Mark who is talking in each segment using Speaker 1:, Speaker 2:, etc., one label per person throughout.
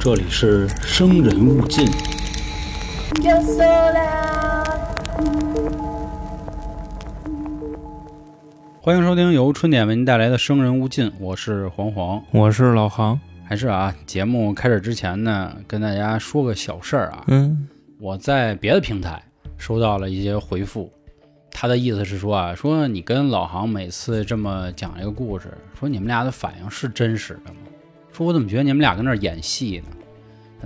Speaker 1: 这里是生人勿近。
Speaker 2: You're so loud.
Speaker 1: 欢迎收听由春点为您带来的《生人勿近》，我是黄黄。
Speaker 3: 我是老航，
Speaker 1: 还是啊，节目开始之前呢，跟大家说个小事儿啊。
Speaker 3: 嗯，
Speaker 1: 我在别的平台收到了一些回复，他的意思是说啊，说你跟老航每次这么讲一个故事，说你们俩的反应是真实的吗？说我怎么觉得你们俩跟那儿演戏呢？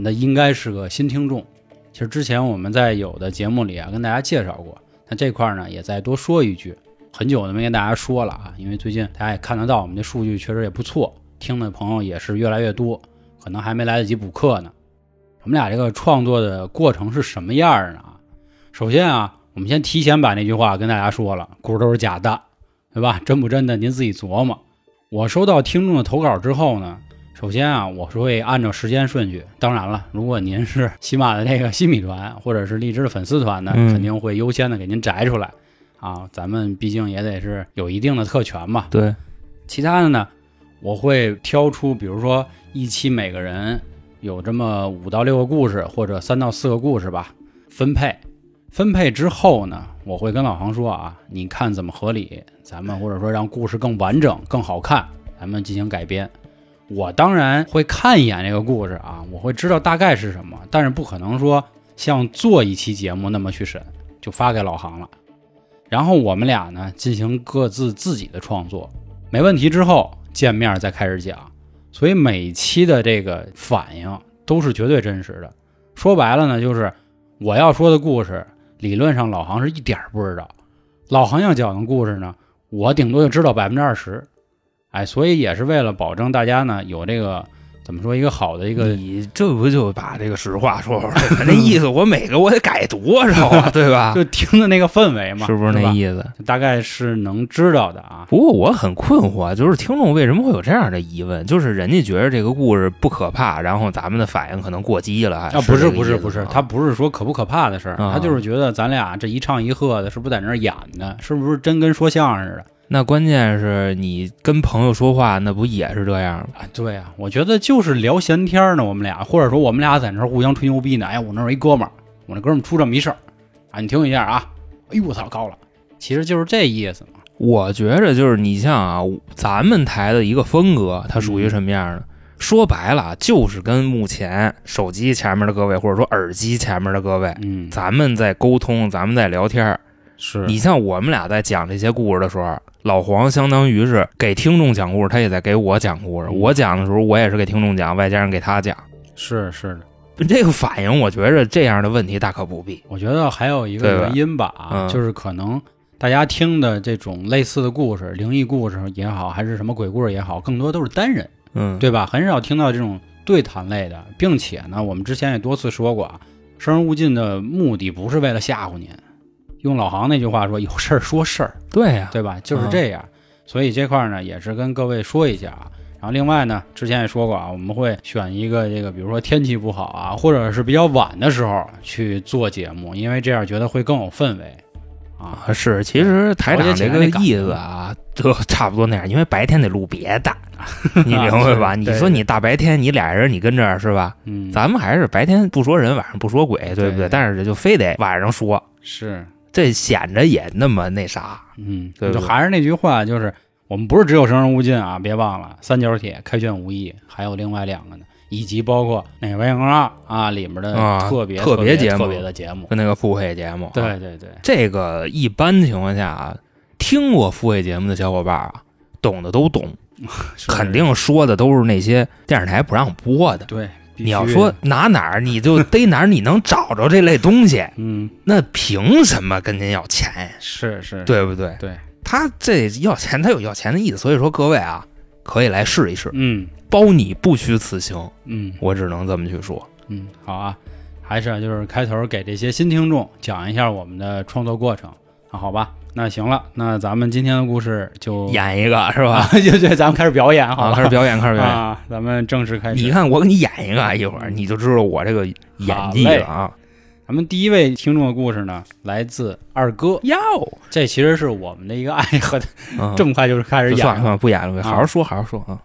Speaker 1: 那应该是个新听众。其实之前我们在有的节目里啊跟大家介绍过，那这块儿呢也再多说一句，很久都没跟大家说了啊，因为最近大家也看得到我们这数据确实也不错，听的朋友也是越来越多，可能还没来得及补课呢。我们俩这个创作的过程是什么样儿呢？啊首先啊，我们先提前把那句话跟大家说了，故事都是假的，对吧？真不真的您自己琢磨。我收到听众的投稿之后呢，首先啊，我是会按照时间顺序。当然了，如果您是喜马的这个西米团或者是荔枝的粉丝团呢，
Speaker 3: 嗯
Speaker 1: 肯定会优先的给您摘出来。啊，咱们毕竟也得是有一定的特权嘛，
Speaker 3: 对，
Speaker 1: 其他的呢，我会挑出，比如说一期每个人有这么五到六个故事，或者三到四个故事吧，分配。分配之后呢，我会跟老航说啊，你看怎么合理，咱们或者说让故事更完整、更好看，咱们进行改编。我当然会看一眼这个故事啊，我会知道大概是什么，但是不可能说像做一期节目那么去审，就发给老航了。然后我们俩呢进行各自自己的创作，没问题之后见面再开始讲。所以每期的这个反应都是绝对真实的。说白了呢，就是我要说的故事，理论上老航是一点儿不知道；老航要讲的故事呢，我顶多就知道百分之二十。哎，所以也是为了保证大家呢有这个怎么说一个好的一个
Speaker 3: 你这不就把这个实话说出来了？那意思我每个我得改多少 啊，对吧？
Speaker 1: 就听的那个氛围嘛，
Speaker 3: 是不是那
Speaker 1: 吧？
Speaker 3: 意思？
Speaker 1: 大概是能知道的啊。
Speaker 3: 不过我很困惑，就是听众为什么会有这样的疑问？就是人家觉得这个故事不可怕，然后咱们的反应可能过激了，还
Speaker 1: 啊，不
Speaker 3: 是
Speaker 1: 是
Speaker 3: 这个
Speaker 1: 不是
Speaker 3: 意思
Speaker 1: 不是
Speaker 3: 吗，
Speaker 1: 他不是说可不可怕的事儿，
Speaker 3: 啊
Speaker 1: 他就是觉得咱俩这一唱一和的，是不是在那儿演呢？是不是真跟说相声似的？
Speaker 3: 那关键是你跟朋友说话，那不也是这样吗？
Speaker 1: 啊，对啊，我觉得就是聊闲天儿呢，我们俩，或者说我们俩在那儿互相吹牛逼呢。哎，我那儿有一哥们儿，我那哥们儿出这么一事儿，啊，你听一下啊。哎呦，我操，高了，其实就是这意思嘛。
Speaker 3: 我觉着就是你像啊，咱们台的一个风格，它属于什
Speaker 1: 嗯
Speaker 3: 么样的？说白了啊，就是跟目前手机前面的各位，或者说耳机前面的各位，
Speaker 1: 嗯，
Speaker 3: 咱们在沟通，咱们在聊天儿。
Speaker 1: 是
Speaker 3: 你像我们俩在讲这些故事的时候，老黄相当于是给听众讲故事，他也在给我讲故事。
Speaker 1: 嗯
Speaker 3: 我讲的时候，我也是给听众讲，外加上给他讲。
Speaker 1: 是是的，
Speaker 3: 这个反应，我觉着这样的问题大可不必。
Speaker 1: 我觉得还有一个
Speaker 3: 对吧
Speaker 1: 原因吧，
Speaker 3: 嗯
Speaker 1: 就是可能大家听的这种类似的故事，灵异故事也好，还是什么鬼故事也好，更多都是单人。
Speaker 3: 嗯，
Speaker 1: 对吧？很少听到这种对谈类的，并且呢，我们之前也多次说过啊，生人勿近的目的不是为了吓唬您，用老行那句话说，有事儿说事儿，
Speaker 3: 对呀、
Speaker 1: 对吧？就是
Speaker 3: 嗯
Speaker 1: 这样。所以这块儿呢，也是跟各位说一下啊。然后另外呢，之前也说过啊，我们会选一个这个，比如说天气不好啊，或者是比较晚的时候去做节目，因为这样觉得会更有氛围啊。
Speaker 3: 啊，是，其实台
Speaker 1: 调节
Speaker 3: 长
Speaker 1: 起
Speaker 3: 这
Speaker 1: 来
Speaker 3: 个
Speaker 1: 那嗯感
Speaker 3: 意
Speaker 1: 觉
Speaker 3: 思啊，就差不多那样，因为白天得录别 的，你明白吧？
Speaker 1: 是
Speaker 3: 你
Speaker 1: 对
Speaker 3: 说
Speaker 1: 对
Speaker 3: 你大白天你俩人你跟这儿是吧？
Speaker 1: 嗯，
Speaker 3: 咱们还是白天不说人，晚上不说鬼，对不
Speaker 1: 对
Speaker 3: 对？但是这就非得晚上说，
Speaker 1: 是
Speaker 3: 这显着也那么那啥。
Speaker 1: 嗯，
Speaker 3: 对不
Speaker 1: 就
Speaker 3: 对
Speaker 1: 还是那句话，就是我们不是只有生人勿近啊，别忘了三角铁、开卷无益，还有另外两个呢，以及包括哪位公啊啊里面的
Speaker 3: 啊
Speaker 1: 特别、
Speaker 3: 特别
Speaker 1: 别
Speaker 3: 节目
Speaker 1: 特别的节目。
Speaker 3: 跟那个付费节目啊，
Speaker 1: 对对对，
Speaker 3: 这个一般情况下啊，听过付费节目的小伙伴啊，懂的都懂，
Speaker 1: 是
Speaker 3: 肯定说的都是那些电视台不让播的。
Speaker 1: 对。必须
Speaker 3: 你要说哪哪儿，你就逮哪儿，你能找着这类东西。
Speaker 1: 嗯，
Speaker 3: 那凭什么跟您要钱呀？
Speaker 1: 是是，
Speaker 3: 对不对？
Speaker 1: 对，
Speaker 3: 他这要钱，他有要钱的意思。所以说，各位啊，可以来试一试，
Speaker 1: 嗯
Speaker 3: 包你不虚此行。
Speaker 1: 嗯
Speaker 3: 我只能这么去说。
Speaker 1: 嗯，好啊，还是啊就是开头给这些新听众讲一下我们的创作过程啊，好吧？那行了，那咱们今天的故事就
Speaker 3: 演一个是
Speaker 1: 啊
Speaker 3: 吧？，
Speaker 1: 就就咱们开始表演好
Speaker 3: 啊，
Speaker 1: 了，
Speaker 3: 开始表演，开始表演。
Speaker 1: 啊，咱们正式开始。嗯
Speaker 3: 你看，我给你演一个啊，一会儿你就知道我这个演技了啊。
Speaker 1: 咱们第一位听众的故事呢，来自二哥，
Speaker 3: 哟，
Speaker 1: 这其实是我们的一个爱和
Speaker 3: 嗯
Speaker 1: 这么快就是开始
Speaker 3: 就
Speaker 1: 演
Speaker 3: 算了算
Speaker 1: 了，
Speaker 3: 了，不演
Speaker 1: 啊
Speaker 3: 了，好好说，好好说啊。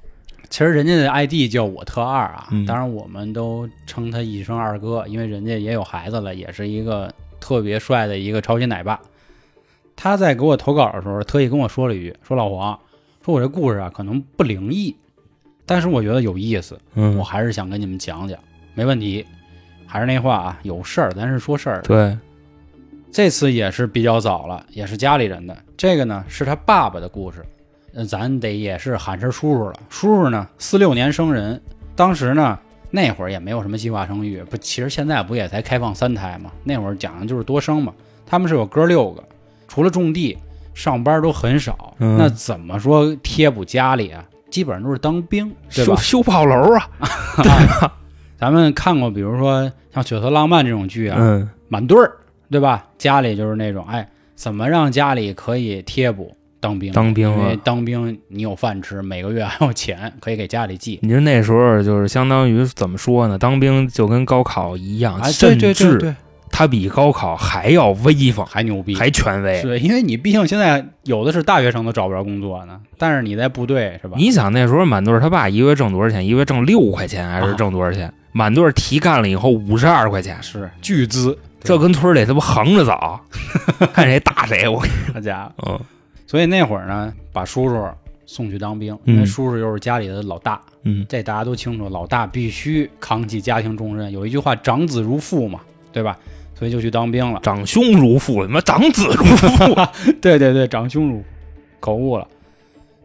Speaker 1: 其实人家的 ID 叫我特二啊，
Speaker 3: 嗯
Speaker 1: 当然我们都称他一声二哥，因为人家也有孩子了，也是一个特别帅的一个超级奶爸。他在给我投稿的时候，特意跟我说了一句：“说老黄，说我这故事啊可能不灵异，但是我觉得有意思，
Speaker 3: 嗯
Speaker 1: 我，还是想跟你们讲讲。没问题，还是那话啊，有事儿咱是说事儿，
Speaker 3: 对，
Speaker 1: 这次也是比较早了，也是家里人的。这个呢是他爸爸的故事，呃咱得也是喊声叔叔了。叔叔呢，四六年生人，当时呢那会儿也没有什么计划生育，不，其实现在不也才开放三胎嘛？那会儿讲的就是多生嘛。他们是有哥六个，除了种地，上班都很少。
Speaker 3: 嗯
Speaker 1: 那怎么说贴补家里啊？基本上都是当兵，对吧
Speaker 3: 修？修炮楼啊，
Speaker 1: 咱们看过，比如说像《血色浪漫》这种剧啊，
Speaker 3: 嗯
Speaker 1: 满堆儿，对吧？家里就是那种，哎，怎么让家里可以贴补当兵？
Speaker 3: 当兵啊
Speaker 1: 因为当兵你有饭吃，每个月还有钱可以给家里寄。
Speaker 3: 你就那时候就是相当于怎么说呢？当兵就跟高考一样，
Speaker 1: 哎，对
Speaker 3: 啊甚
Speaker 1: 对对
Speaker 3: 至
Speaker 1: 对，
Speaker 3: 他比高考还要威风，
Speaker 1: 还牛逼，
Speaker 3: 还权威。
Speaker 1: 是因为你毕竟现在有的是大学生都找不着工作呢，但是你在部队是吧？
Speaker 3: 你想那时候满队儿他爸一个月挣多少钱？一个月挣六块钱还是挣多少钱？满队儿提干了以后五十二块钱，
Speaker 1: 啊是巨资，
Speaker 3: 这跟村儿里他不横 着走，看谁打谁。我跟你
Speaker 1: 大家，
Speaker 3: 说，
Speaker 1: 所以那会儿呢，把叔叔送去当兵，
Speaker 3: 嗯
Speaker 1: 因为叔叔又是家里的老大，
Speaker 3: 嗯
Speaker 1: 这大家都清楚，老大必须扛起家庭重任。有一句话，长子如父嘛，对吧？所以就去当兵了。
Speaker 3: 长兄如父，他妈长子如父。
Speaker 1: 对对对，长胸乳，口误了。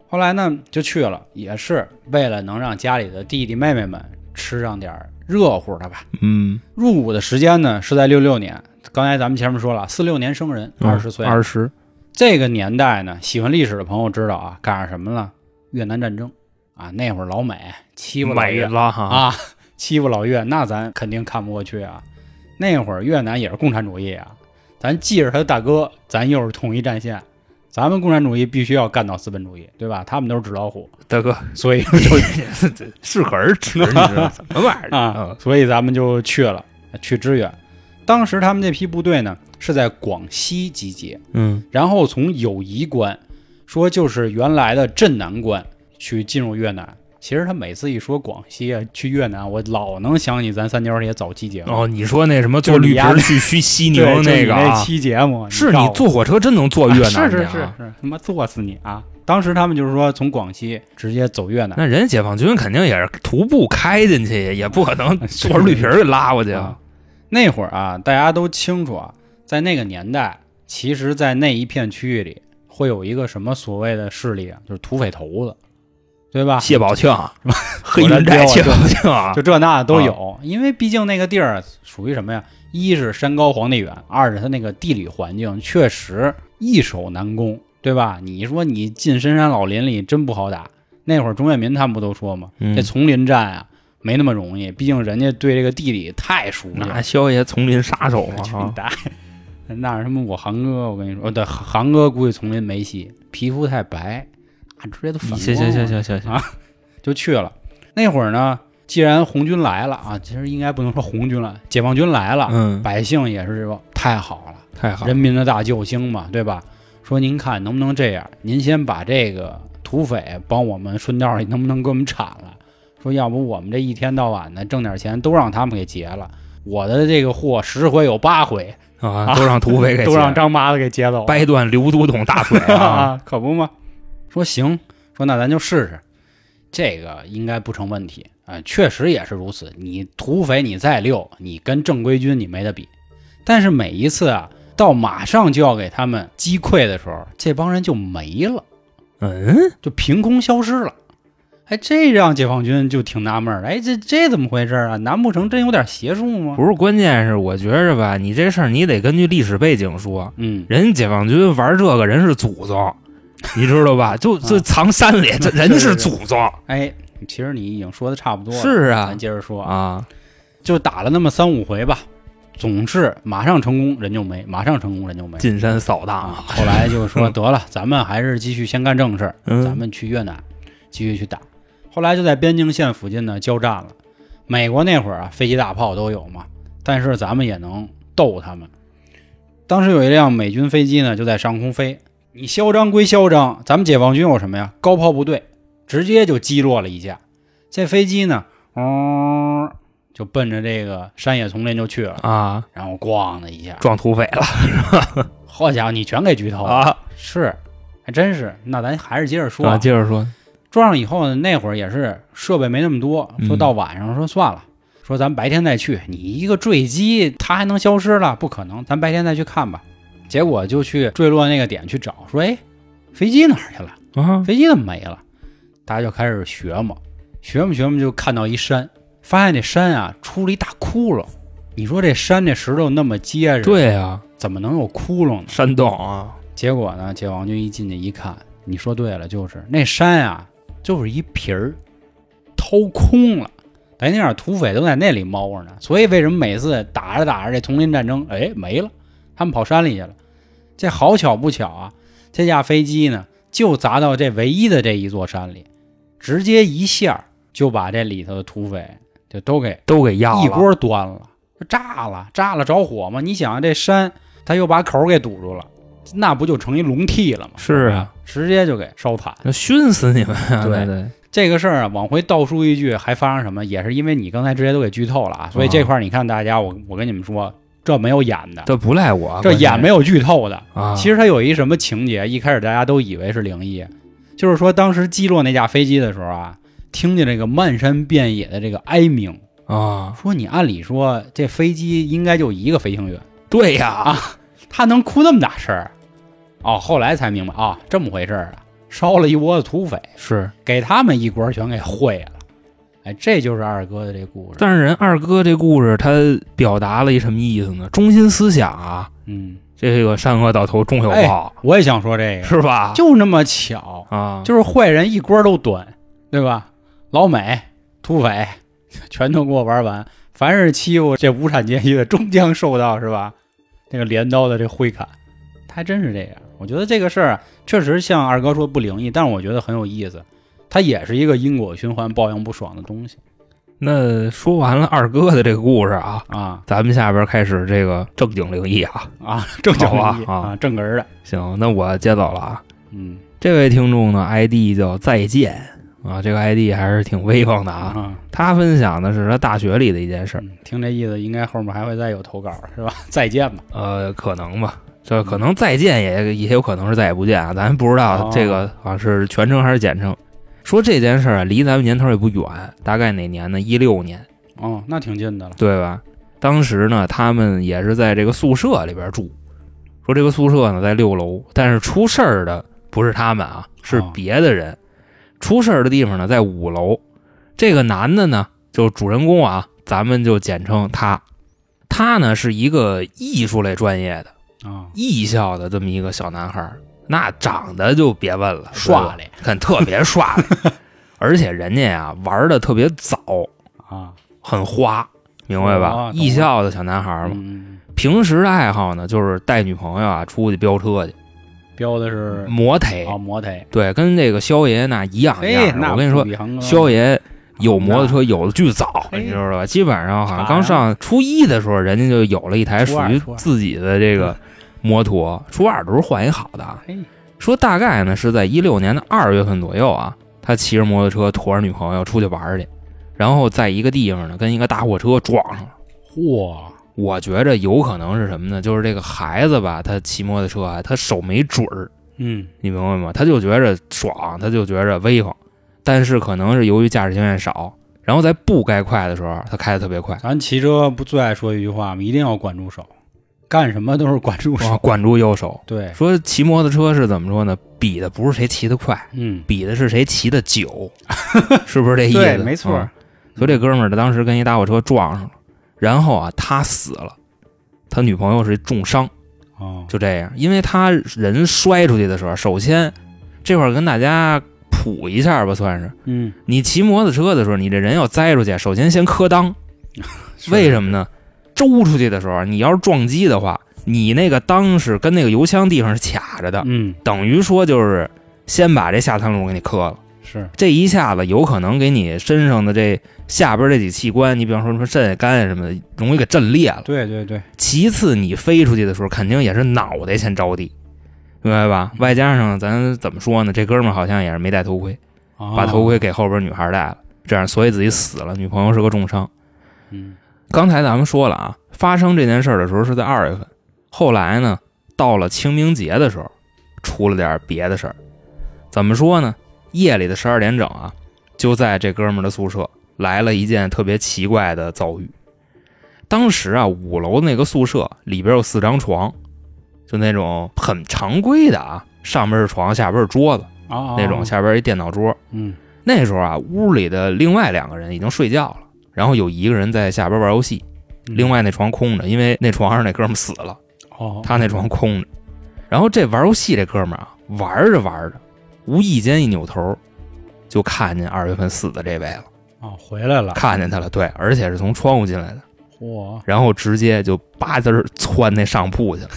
Speaker 1: 后来呢，就去了，也是为了能让家里的弟弟妹妹们吃上点儿热乎的吧。
Speaker 3: 嗯，
Speaker 1: 入伍的时间呢是在六六年，刚才咱们前面说了，四六年生人，二十岁。
Speaker 3: 嗯二十，
Speaker 1: 这个年代呢，喜欢历史的朋友知道啊，赶上什么了？越南战争啊，那会儿老美欺负老
Speaker 3: 美
Speaker 1: 越
Speaker 3: 了哈。
Speaker 1: 啊， 欺负老越，那咱肯定看不过去啊。那会儿越南也是共产主义啊，咱记着他大哥，咱又是统一战线，咱们共产主义必须要干倒资本主义，对吧？他们都是纸老虎，
Speaker 3: 大哥，
Speaker 1: 所以
Speaker 3: 适可而止，你知道怎么玩意 儿
Speaker 1: 啊，？所以咱们就去了，去支援。当时他们这批部队呢是在广西集结，
Speaker 3: 嗯
Speaker 1: 然后从友谊关说就是原来的镇南关去进入越南。其实他每次一说广西啊，去越南，我老能想起咱三角铁早期节目。
Speaker 3: 哦，你说那什么
Speaker 1: 就
Speaker 3: 坐
Speaker 1: 你
Speaker 3: 绿皮
Speaker 1: 丫
Speaker 3: 儿去 虚西宁
Speaker 1: 对，就
Speaker 3: 那
Speaker 1: 你
Speaker 3: 个
Speaker 1: 那
Speaker 3: 啊，
Speaker 1: 期节目
Speaker 3: 是
Speaker 1: 告
Speaker 3: 你
Speaker 1: 诉
Speaker 3: 坐火车真能坐
Speaker 1: 我
Speaker 3: 越南
Speaker 1: 是是
Speaker 3: 去啊
Speaker 1: 是是，他妈坐死你啊！当时他们就是说从广西直接走越南，啊
Speaker 3: 那人家解放军肯定也是徒步开 进去，也不可能坐着绿皮儿给拉过去
Speaker 1: 啊。那会儿啊，大家都清楚啊，在那个年代，其实，在那一片区域里，会有一个什么所谓的势力啊，就是土匪头子，对啊吧？
Speaker 3: 谢宝庆、 黑
Speaker 1: 我
Speaker 3: 云
Speaker 1: 这
Speaker 3: 寨谢
Speaker 1: 彪
Speaker 3: 宝庆啊
Speaker 1: 就，这那的都有，因为毕竟那个地儿属于什么呀？一是山高皇帝远，二是它那个地理环境确实易守难攻，对吧？你说你进深山老林里真不好打。那会儿钟跃民他们不都说吗？
Speaker 3: 嗯
Speaker 1: 这丛林战啊没那么容易，毕竟人家对这个地理太熟悉了。
Speaker 3: 那萧爷丛林杀手
Speaker 1: 去你
Speaker 3: 嘛，啊
Speaker 1: 大爷！那是什么我航哥，我跟你说，哦对，航哥估计丛林没戏，皮肤太白，啊，直接都反光了。
Speaker 3: 行行行行行行，
Speaker 1: 就去了。那会儿呢，既然红军来了啊，其实应该不能说红军了，解放军来了，
Speaker 3: 嗯，
Speaker 1: 百姓也是说啊太好了，
Speaker 3: 太好了
Speaker 1: 人，民的大救星嘛，对吧？说您看能不能这样，您先把这个土匪帮我们顺道里能不能给我们铲了？说要不我们这一天到晚的挣点钱都让他们给劫了，我的这个货十回有八回
Speaker 3: 啊，都让土匪 给
Speaker 1: 都让
Speaker 3: 劫
Speaker 1: 张麻子给劫走了，
Speaker 3: 掰断刘都统大腿 啊，
Speaker 1: 可不嘛。说行，说那咱就试试，这个应该不成问题啊、确实也是如此，你土匪你再溜，你跟正规军你没得比。但是每一次啊，到马上就要给他们击溃的时候，这帮人就没了，
Speaker 3: 嗯，
Speaker 1: 就凭空消失了。哎，这让解放军就挺纳闷儿，哎，这这怎么回事啊？难不成真有点邪术吗？
Speaker 3: 不是，关键是我觉着吧，你这事儿你得根据历史背景说，
Speaker 1: 嗯，
Speaker 3: 人解放军玩这个人是祖宗，你知道吧？就就
Speaker 1: 啊
Speaker 3: 藏山里，这人
Speaker 1: 是
Speaker 3: 是
Speaker 1: 是
Speaker 3: 祖宗，
Speaker 1: 哎，其实你已经说的差不多了，
Speaker 3: 是啊
Speaker 1: 咱接着说
Speaker 3: 啊，
Speaker 1: 就打了那么三五回吧，总是马上成功人就没，马上成功人就 没
Speaker 3: 进山扫荡
Speaker 1: 啊。
Speaker 3: 啊，
Speaker 1: 后来就说得了，咱们还是继续先干正事儿，
Speaker 3: 嗯
Speaker 1: 咱们去越南继续去打。后来就在边境线附近呢交战了。美国那会儿啊，飞机大炮都有嘛，但是咱们也能斗他们。当时有一辆美军飞机呢，就在上空飞。你嚣张归嚣张，咱们解放军有什么呀？高炮部队直接就击落了一架。这飞机呢，嗯，就奔着这个山野丛林就去了，
Speaker 3: 啊，
Speaker 1: 然后咣的一下，
Speaker 3: 撞土匪了
Speaker 1: 好家伙，你全给剧透了，
Speaker 3: 啊！
Speaker 1: 是，还真是。那咱还是接着说
Speaker 3: 啊，
Speaker 1: 啊，
Speaker 3: 接着说，
Speaker 1: 装上以后呢，那会儿也是设备没那么多，
Speaker 3: 嗯
Speaker 1: 说到晚上说算了，说咱白天再去，你一个坠机，它还能消失了？不可能，咱白天再去看吧。结果就去坠落那个点去找，说哎，飞机哪儿去了？
Speaker 3: 啊，
Speaker 1: 飞机怎么没了？大家就开始学嘛，学嘛学嘛，就看到一山，发现这山啊出了一大窟窿。你说这山这石头那么结实，
Speaker 3: 对啊，
Speaker 1: 怎么能有窟窿呢？
Speaker 3: 山洞啊，
Speaker 1: 结果呢，解王军一进去一看，你说对了，就是那山啊，就是一皮儿，掏空了。等于那点土匪都在那里猫着呢，所以为什么每次打着打着这丛林战争，哎没了，他们跑山里去了。这好巧不巧啊，这架飞机呢就砸到这唯一的这一座山里，直接一下儿就把这里头的土匪就都给
Speaker 3: 都给压了，
Speaker 1: 一锅端了，就炸了，炸了着火嘛。你想这山，他又把口儿给堵住了，那不就成一笼屉了吗？
Speaker 3: 是啊，
Speaker 1: 直接就给烧惨。
Speaker 3: 那熏死你们啊！
Speaker 1: 对
Speaker 3: 对对，
Speaker 1: 这个事儿啊，往回倒数一句，还发生什么？也是因为你刚才直接都给剧透了啊，所以这块儿你看大家，我我跟你们说，这没有演的，
Speaker 3: 这不赖我，
Speaker 1: 这
Speaker 3: 啊关键
Speaker 1: 演没有剧透的。
Speaker 3: 啊，
Speaker 1: 其实它有一什么情节，一开始大家都以为是灵异，就是说当时击落那架飞机的时候啊，听见这个漫山遍野的这个哀鸣，
Speaker 3: 啊，
Speaker 1: 说你按理说这飞机应该就一个飞行员。
Speaker 3: 对
Speaker 1: 啊
Speaker 3: 呀，
Speaker 1: 他能哭那么大声儿？哦，后来才明白啊、这么回事儿啊！烧了一窝子土匪，
Speaker 3: 是，
Speaker 1: 给他们一锅全给烩了。哎，这就是二哥的这故事。
Speaker 3: 但是人二哥这故事他表达了一什么意思呢？中心思想啊，
Speaker 1: 嗯，
Speaker 3: 这个善恶到头终有报，
Speaker 1: 我也想说这个，
Speaker 3: 是啊吧？
Speaker 1: 哎就那么巧，
Speaker 3: 啊，
Speaker 1: 就是坏人一锅都端，对吧？老美、土匪 全都给我玩完，凡是欺负这无产阶级的，终将受到是吧？那个镰刀的这挥砍，他还真是这样。我觉得这个事儿啊确实像二哥说不灵异，但是我觉得很有意思，它也是一个因果循环、报应不爽的东西
Speaker 3: 那说完了二哥的这个故事啊，
Speaker 1: 啊
Speaker 3: 咱们下边开始这个正经灵异啊。
Speaker 1: 啊，正经灵异
Speaker 3: 好啊啊
Speaker 1: 啊，正根儿的，
Speaker 3: 行，那我接走了啊。
Speaker 1: 嗯
Speaker 3: 这位听众呢，ID 叫再见啊，这个 ID 还是挺威风的啊。
Speaker 1: 啊，
Speaker 3: 他分享的是他大学里的一件事儿，
Speaker 1: 嗯听这意思，应该后面还会再有投稿是吧？再见吧，
Speaker 3: 呃，可能吧，这可能再见也也有可能是再也不见啊，咱不知
Speaker 1: 哦
Speaker 3: 道这个啊是全称还是简称。说这件事儿啊，离咱们年头也不远，大概哪年呢？一六年，
Speaker 1: 哦，那挺近的了，
Speaker 3: 对吧？当时呢，他们也是在这个宿舍里边住，说这个宿舍呢在六楼，但是出事儿的不是他们啊，是
Speaker 1: 哦
Speaker 3: 别的人。出事儿的地方呢在五楼，这个男的呢就主人公啊，咱们就简称他。他呢是一个艺术类专业的。
Speaker 1: 啊，
Speaker 3: 艺校的这么一个小男孩儿，那长得就别问了，
Speaker 1: 刷嘞
Speaker 3: 很特别帅，而且人家呀玩的特别早，
Speaker 1: 啊，
Speaker 3: 很花，明白吧？
Speaker 1: 哦懂了
Speaker 3: 艺校的小男孩儿嘛，
Speaker 1: 嗯，
Speaker 3: 平时的爱好呢就是带女朋友啊出去飙车去，
Speaker 1: 标的是
Speaker 3: 摩腿，
Speaker 1: 啊，摩腿。
Speaker 3: 对，跟这个肖爷那一样一
Speaker 1: 哎，
Speaker 3: 样的。
Speaker 1: 那
Speaker 3: 我跟你说，
Speaker 1: 肖
Speaker 3: 肖爷。有摩托车有的巨早，
Speaker 1: 哎
Speaker 3: 你知道吧？基本上好像
Speaker 1: 咋
Speaker 3: 刚
Speaker 1: 呀
Speaker 3: 上初一的时候，人家就有了一台
Speaker 1: 初
Speaker 3: 属
Speaker 1: 二
Speaker 3: 于
Speaker 1: 初二嗯
Speaker 3: 自己的这个摩托。初二的时候换一好的啊，
Speaker 1: 嘿，
Speaker 3: 说大概呢是在一六年的二月份左右啊，他骑着摩托车驮着女朋友出去玩儿去，然后在一个地方呢跟一个大货车撞上了。
Speaker 1: 嚯，
Speaker 3: 我觉着有可能是什么呢？就是这个孩子吧，他骑摩托车啊，他手没准儿，
Speaker 1: 嗯，
Speaker 3: 你明白吗？他就觉着爽，他就觉着威风，但是可能是由于驾驶经验少，然后在不该快的时候，他开的特别快，
Speaker 1: 咱骑车不最爱说一句话吗？一定要管住手，干什么都是管住
Speaker 3: 哇
Speaker 1: 手。
Speaker 3: 管住右手。
Speaker 1: 对，
Speaker 3: 说骑摩托车是怎么说呢？比的不是谁骑得快，
Speaker 1: 嗯，
Speaker 3: 比的是谁骑的 久，是不是这意思？
Speaker 1: 对，没错
Speaker 3: 嗯。所以这哥们儿呢，当时跟一大货车撞上了，然后啊，他死了，他女朋友是重伤，
Speaker 1: 哦，
Speaker 3: 就这样。因为他人摔出去的时候，首先这会儿跟大家普一下吧，算是
Speaker 1: 嗯，
Speaker 3: 你骑摩托车的时候，你这人要栽出去，首先先磕裆，为什么呢？周出去的时候，啊你要是撞击的话，你那个裆是跟那个油箱地方是卡着的，
Speaker 1: 嗯，
Speaker 3: 等于说就是先把这下三路给你磕了。
Speaker 1: 是，
Speaker 3: 这一下子有可能给你身上的这下边这几器官，你比方说什么肾、肝啊什么的，容易给震裂了。
Speaker 1: 对对对，
Speaker 3: 其次，你飞出去的时候，肯定也是脑袋先着地，明白吧？外加上咱怎么说呢？这哥们儿好像也是没戴头盔，
Speaker 1: 把
Speaker 3: 把头盔给后边女孩戴了。这样所以自己死了，女朋友是个重伤。
Speaker 1: 嗯
Speaker 3: 刚才咱们说了啊，发生这件事儿的时候是在二月份，后来呢，到了清明节的时候，出了点别的事儿。怎么说呢？夜里的十二点整啊，就在这哥们儿的宿舍来了一件特别奇怪的遭遇。当时啊，五楼那个宿舍里边有四张床，就那种很常规的啊，上边是床，下边是桌子
Speaker 1: 哦，
Speaker 3: 那种，
Speaker 1: 哦
Speaker 3: 下边一电脑桌。
Speaker 1: 嗯
Speaker 3: 那时候啊，屋里的另外两个人已经睡觉了，然后有一个人在下边玩游戏，
Speaker 1: 嗯
Speaker 3: 另外那床空着，因为那床上那哥们儿死了，
Speaker 1: 哦，
Speaker 3: 他那床空着。然后这玩游戏这哥们儿啊，玩着玩着，无意间一扭头，就看见二月份死的这位了，
Speaker 1: 哦回来了，
Speaker 3: 看见他了，对，而且是从窗户进来的，
Speaker 1: 嚯，
Speaker 3: 然后直接就吧唧儿窜那上铺 去了，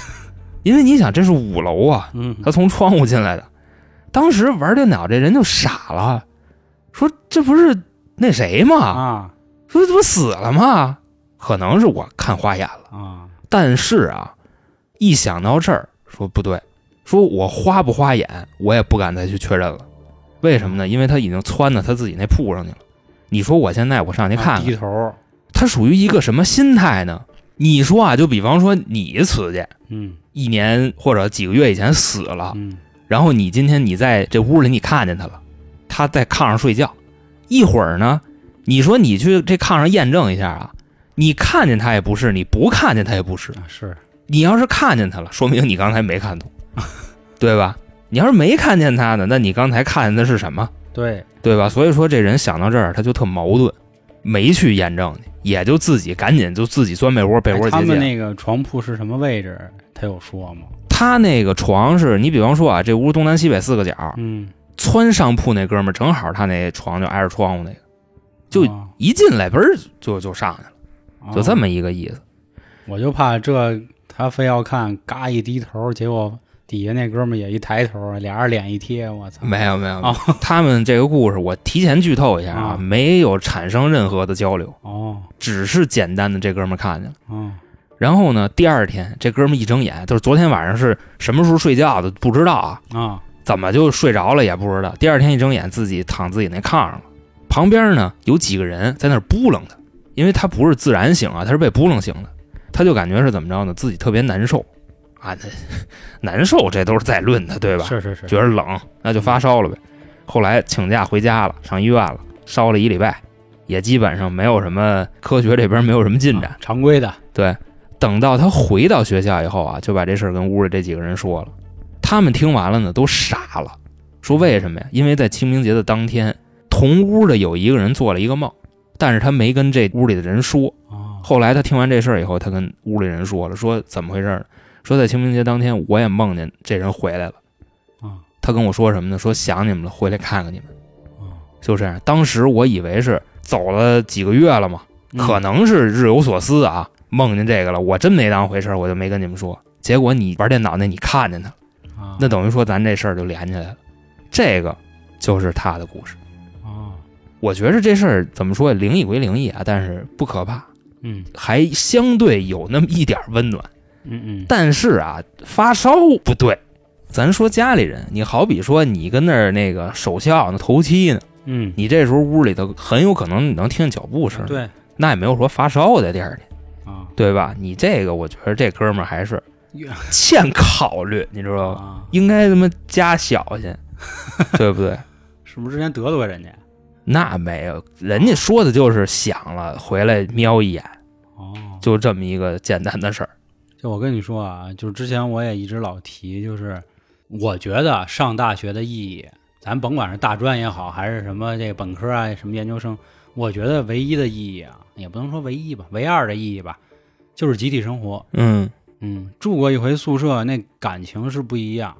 Speaker 3: 因为你想这是五楼啊，
Speaker 1: 嗯
Speaker 3: 他从窗户进来的。当时玩电脑这人就傻了，说这不是那谁吗？
Speaker 1: 啊
Speaker 3: 说这不死了吗？可能是我看花眼了。
Speaker 1: 啊，
Speaker 3: 但是啊，一想到这儿，说不对，说我花不花眼，我也不敢再去确认了。为什么呢？因为他已经窜到他自己那铺上去了。你说我现在我上去看看，
Speaker 1: 啊低头，
Speaker 3: 他属于一个什么心态呢？你说啊，就比方说你死去
Speaker 1: 嗯
Speaker 3: 一年或者几个月以前死了，
Speaker 1: 嗯
Speaker 3: 然后你今天你在这屋里你看见他了，他在炕上睡觉，一会儿呢，你说你去这炕上验证一下啊，你看见他也不是，你不看见他也不是，
Speaker 1: 啊是，
Speaker 3: 你要是看见他了，说明你刚才没看 懂，对吧？你要是没看见他呢，那你刚才看见的是什么，
Speaker 1: 对，
Speaker 3: 对吧？所以说这人想到这儿，他就特矛盾，没去验证去，也就自己赶紧就自己钻被窝，被窝
Speaker 1: 哎他
Speaker 3: 结界。
Speaker 1: 们那个床铺是什么位置？他有说吗？
Speaker 3: 他那个床是你比方说啊，这屋东南西北四个角，
Speaker 1: 嗯，
Speaker 3: 窜上铺那哥们儿正好他那床就挨着窗户那个，就
Speaker 1: 啊
Speaker 3: 一进来嘣儿就就上去了，就这
Speaker 1: 啊
Speaker 3: 么一个意思。
Speaker 1: 我就怕这他非要看，嘎一低头，结果底下那哥们儿也一抬头，俩人脸一贴，我操！
Speaker 3: 没有没有，没有
Speaker 1: 哦
Speaker 3: 他们这个故事我提前剧透一下
Speaker 1: 啊
Speaker 3: 啊，没有产生任何的交流。
Speaker 1: 哦，
Speaker 3: 只是简单的这哥们儿看见了。
Speaker 1: 嗯
Speaker 3: 然后呢，第二天这哥们儿一睁眼，就是昨天晚上是什么时候睡觉的不知道啊，
Speaker 1: 啊
Speaker 3: 怎么就睡着了也不知道。第二天一睁眼，自己躺自己那炕上了，旁边呢有几个人在那儿扑棱他，因为他不是自然醒啊，他是被扑棱醒的，他就感觉是怎么着呢，自己特别难受啊，那难受这都是在论的，对吧？
Speaker 1: 是是是，
Speaker 3: 觉得冷，那就发烧了呗。后来请假回家了，上医院了，烧了一礼拜，也基本上没有什么科学这边没有什么进展
Speaker 1: 啊。常规的，
Speaker 3: 对， 等到他回到学校以后啊，就把这事儿跟屋里这几个人说了。他们听完了呢，都傻了，说为什么呀？因为在清明节的当天，同屋的有一个人做了一个梦，但是他没跟这屋里的人说。
Speaker 1: 啊
Speaker 3: 后来他听完这事儿以后，他跟屋里人说了，说怎么回事儿？说在清明节当天，我也梦见这人回来了。
Speaker 1: 啊
Speaker 3: 他跟我说什么呢？说想你们了，回来看看你们。
Speaker 1: 啊，
Speaker 3: 就这样，当时我以为是走了几个月了嘛，
Speaker 1: 嗯
Speaker 3: 可能是日有所思啊，梦见这个了，我真没当回事儿，我就没跟你们说。结果你玩电脑那，你看见他了，
Speaker 1: 嗯啊
Speaker 3: 那等于说咱这事儿就连起来了。这个就是他的故事。
Speaker 1: 啊
Speaker 3: 我觉着这事儿怎么说，灵异归灵异啊，但是不可怕，
Speaker 1: 嗯
Speaker 3: 还相对有那么一点儿温暖。
Speaker 1: 嗯嗯
Speaker 3: 但是啊，发烧不对。咱说家里人，你好比说你跟那儿那个守孝呢、头七呢，
Speaker 1: 嗯，
Speaker 3: 你这时候屋里头很有可能你能听见脚步声，，
Speaker 1: 对
Speaker 3: 那也没有说发烧的地儿去，
Speaker 1: 啊
Speaker 3: 对吧？你这个我觉得这哥们儿还是
Speaker 1: 呀
Speaker 3: 欠考虑，你知道吧？
Speaker 1: 啊，
Speaker 3: 应该他妈加小心，对不对？
Speaker 1: 是不是之前得罪人家？
Speaker 3: 那没有，人家说的就是想了回来瞄一眼，
Speaker 1: 哦，
Speaker 3: 就这么一个简单的事儿。
Speaker 1: 就我跟你说啊，就是之前我也一直老提，就是我觉得上大学的意义，咱甭管是大专也好，还是什么这个本科啊，什么研究生，我觉得唯一的意义啊，也不能说唯一吧，唯二的意义吧，就是集体生活。
Speaker 3: 嗯，
Speaker 1: 嗯，住过一回宿舍，那感情是不一样。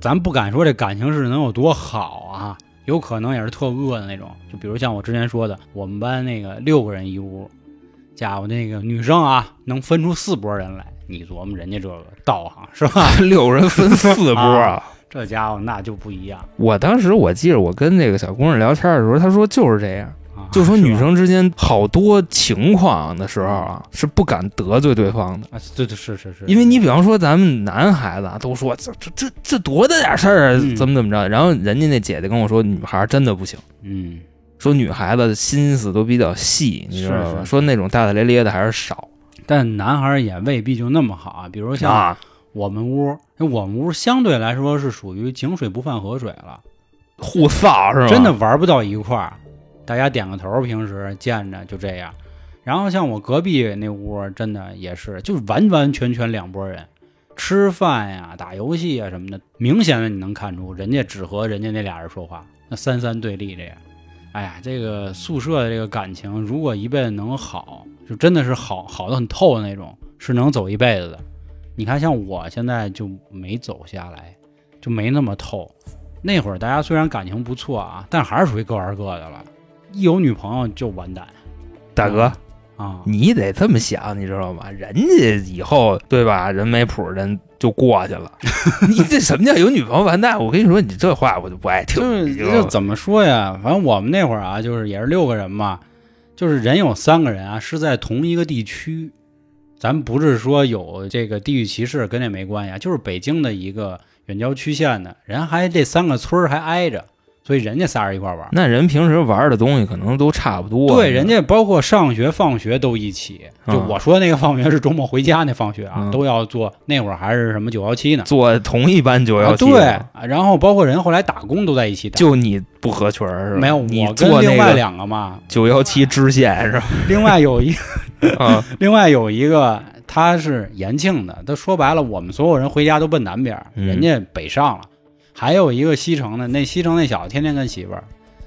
Speaker 1: 咱不敢说这感情是能有多好啊，有可能也是特恶的那种。就比如像我之前说的，我们班那个六个人一屋，家伙那个女生啊，能分出四拨人来。你琢磨人家这个道行是吧？
Speaker 3: 六人分四波啊。
Speaker 1: 这家伙那就不一样
Speaker 3: 我当时我记着，我跟那个小姑娘聊天的时候，她说就是这样，
Speaker 1: 啊。
Speaker 3: 就说
Speaker 1: 是
Speaker 3: 女
Speaker 1: 吧
Speaker 3: 生之间好多情况的时候啊，是不敢得罪对方的，
Speaker 1: 啊，对对是是是，
Speaker 3: 因为你比方说咱们男孩子啊，都说这这这这多大点事儿啊
Speaker 1: 嗯，
Speaker 3: 怎么怎么着，然后人家那姐姐跟我说，女孩真的不行，
Speaker 1: 嗯
Speaker 3: 说女孩子心思都比较细，你知道吧？
Speaker 1: 是是
Speaker 3: 说那种大大咧咧的还是少
Speaker 1: 但男孩儿也未必就那么好啊。比如像
Speaker 3: 啊，
Speaker 1: 我们屋，那我们屋相对来说是属于井水不犯河水了，
Speaker 3: 互臊是吧？
Speaker 1: 真的玩不到一块儿。大家点个头，平时见着就这样。然后像我隔壁那屋，真的也是，就是完完全全两拨人，吃饭呀、打游戏啊什么的，明显的你能看出，人家只和人家那俩人说话，那三三对立这样。哎呀，这个宿舍的这个感情，如果一辈子能好，就真的是好好的很透的那种，是能走一辈子的。你看，像我现在就没走下来，就没那么透。那会儿大家虽然感情不错啊，但还是属于各玩各的了。一有女朋友就完蛋
Speaker 3: 大哥，
Speaker 1: 啊！
Speaker 3: 你得这么想，你知道吗？人家以后对吧？人没谱，人就过 去了。你这什么叫有女朋友完蛋？我跟你说，你这话我就不爱听。
Speaker 1: 就是
Speaker 3: 你
Speaker 1: 就怎么说呀？反正我们那会儿啊，就是也是六个人嘛，就是人有三个人啊是在同一个地区，咱不是说有这个地域歧视，跟这没关系啊，就是北京的一个远郊区县的人还这三个村儿还挨着，所以人家仨人一块儿玩儿。
Speaker 3: 那人平时玩的东西可能都差不多。
Speaker 1: 对，人家包括上学、放学都一起。就
Speaker 3: 嗯
Speaker 1: 我说那个放学是周末回家那放学啊，
Speaker 3: 嗯
Speaker 1: 都要坐。那会儿还是什么九幺七呢？
Speaker 3: 坐同一班九
Speaker 1: 啊
Speaker 3: 幺七，
Speaker 1: 对，啊然后包括人后来打工都在一起打。
Speaker 3: 就你不合群儿是吧？
Speaker 1: 没有，
Speaker 3: 你
Speaker 1: 我跟
Speaker 3: 坐
Speaker 1: 另外
Speaker 3: 那个
Speaker 1: 两个嘛，
Speaker 3: 九幺七支 线是吧？
Speaker 1: 另外有一
Speaker 3: 啊，
Speaker 1: 另外有一个他是延庆的，他说白了，我们所有人回家都奔南边儿，
Speaker 3: 嗯
Speaker 1: 人家北上了。还有一个西城的，那西城那小子天天跟媳妇儿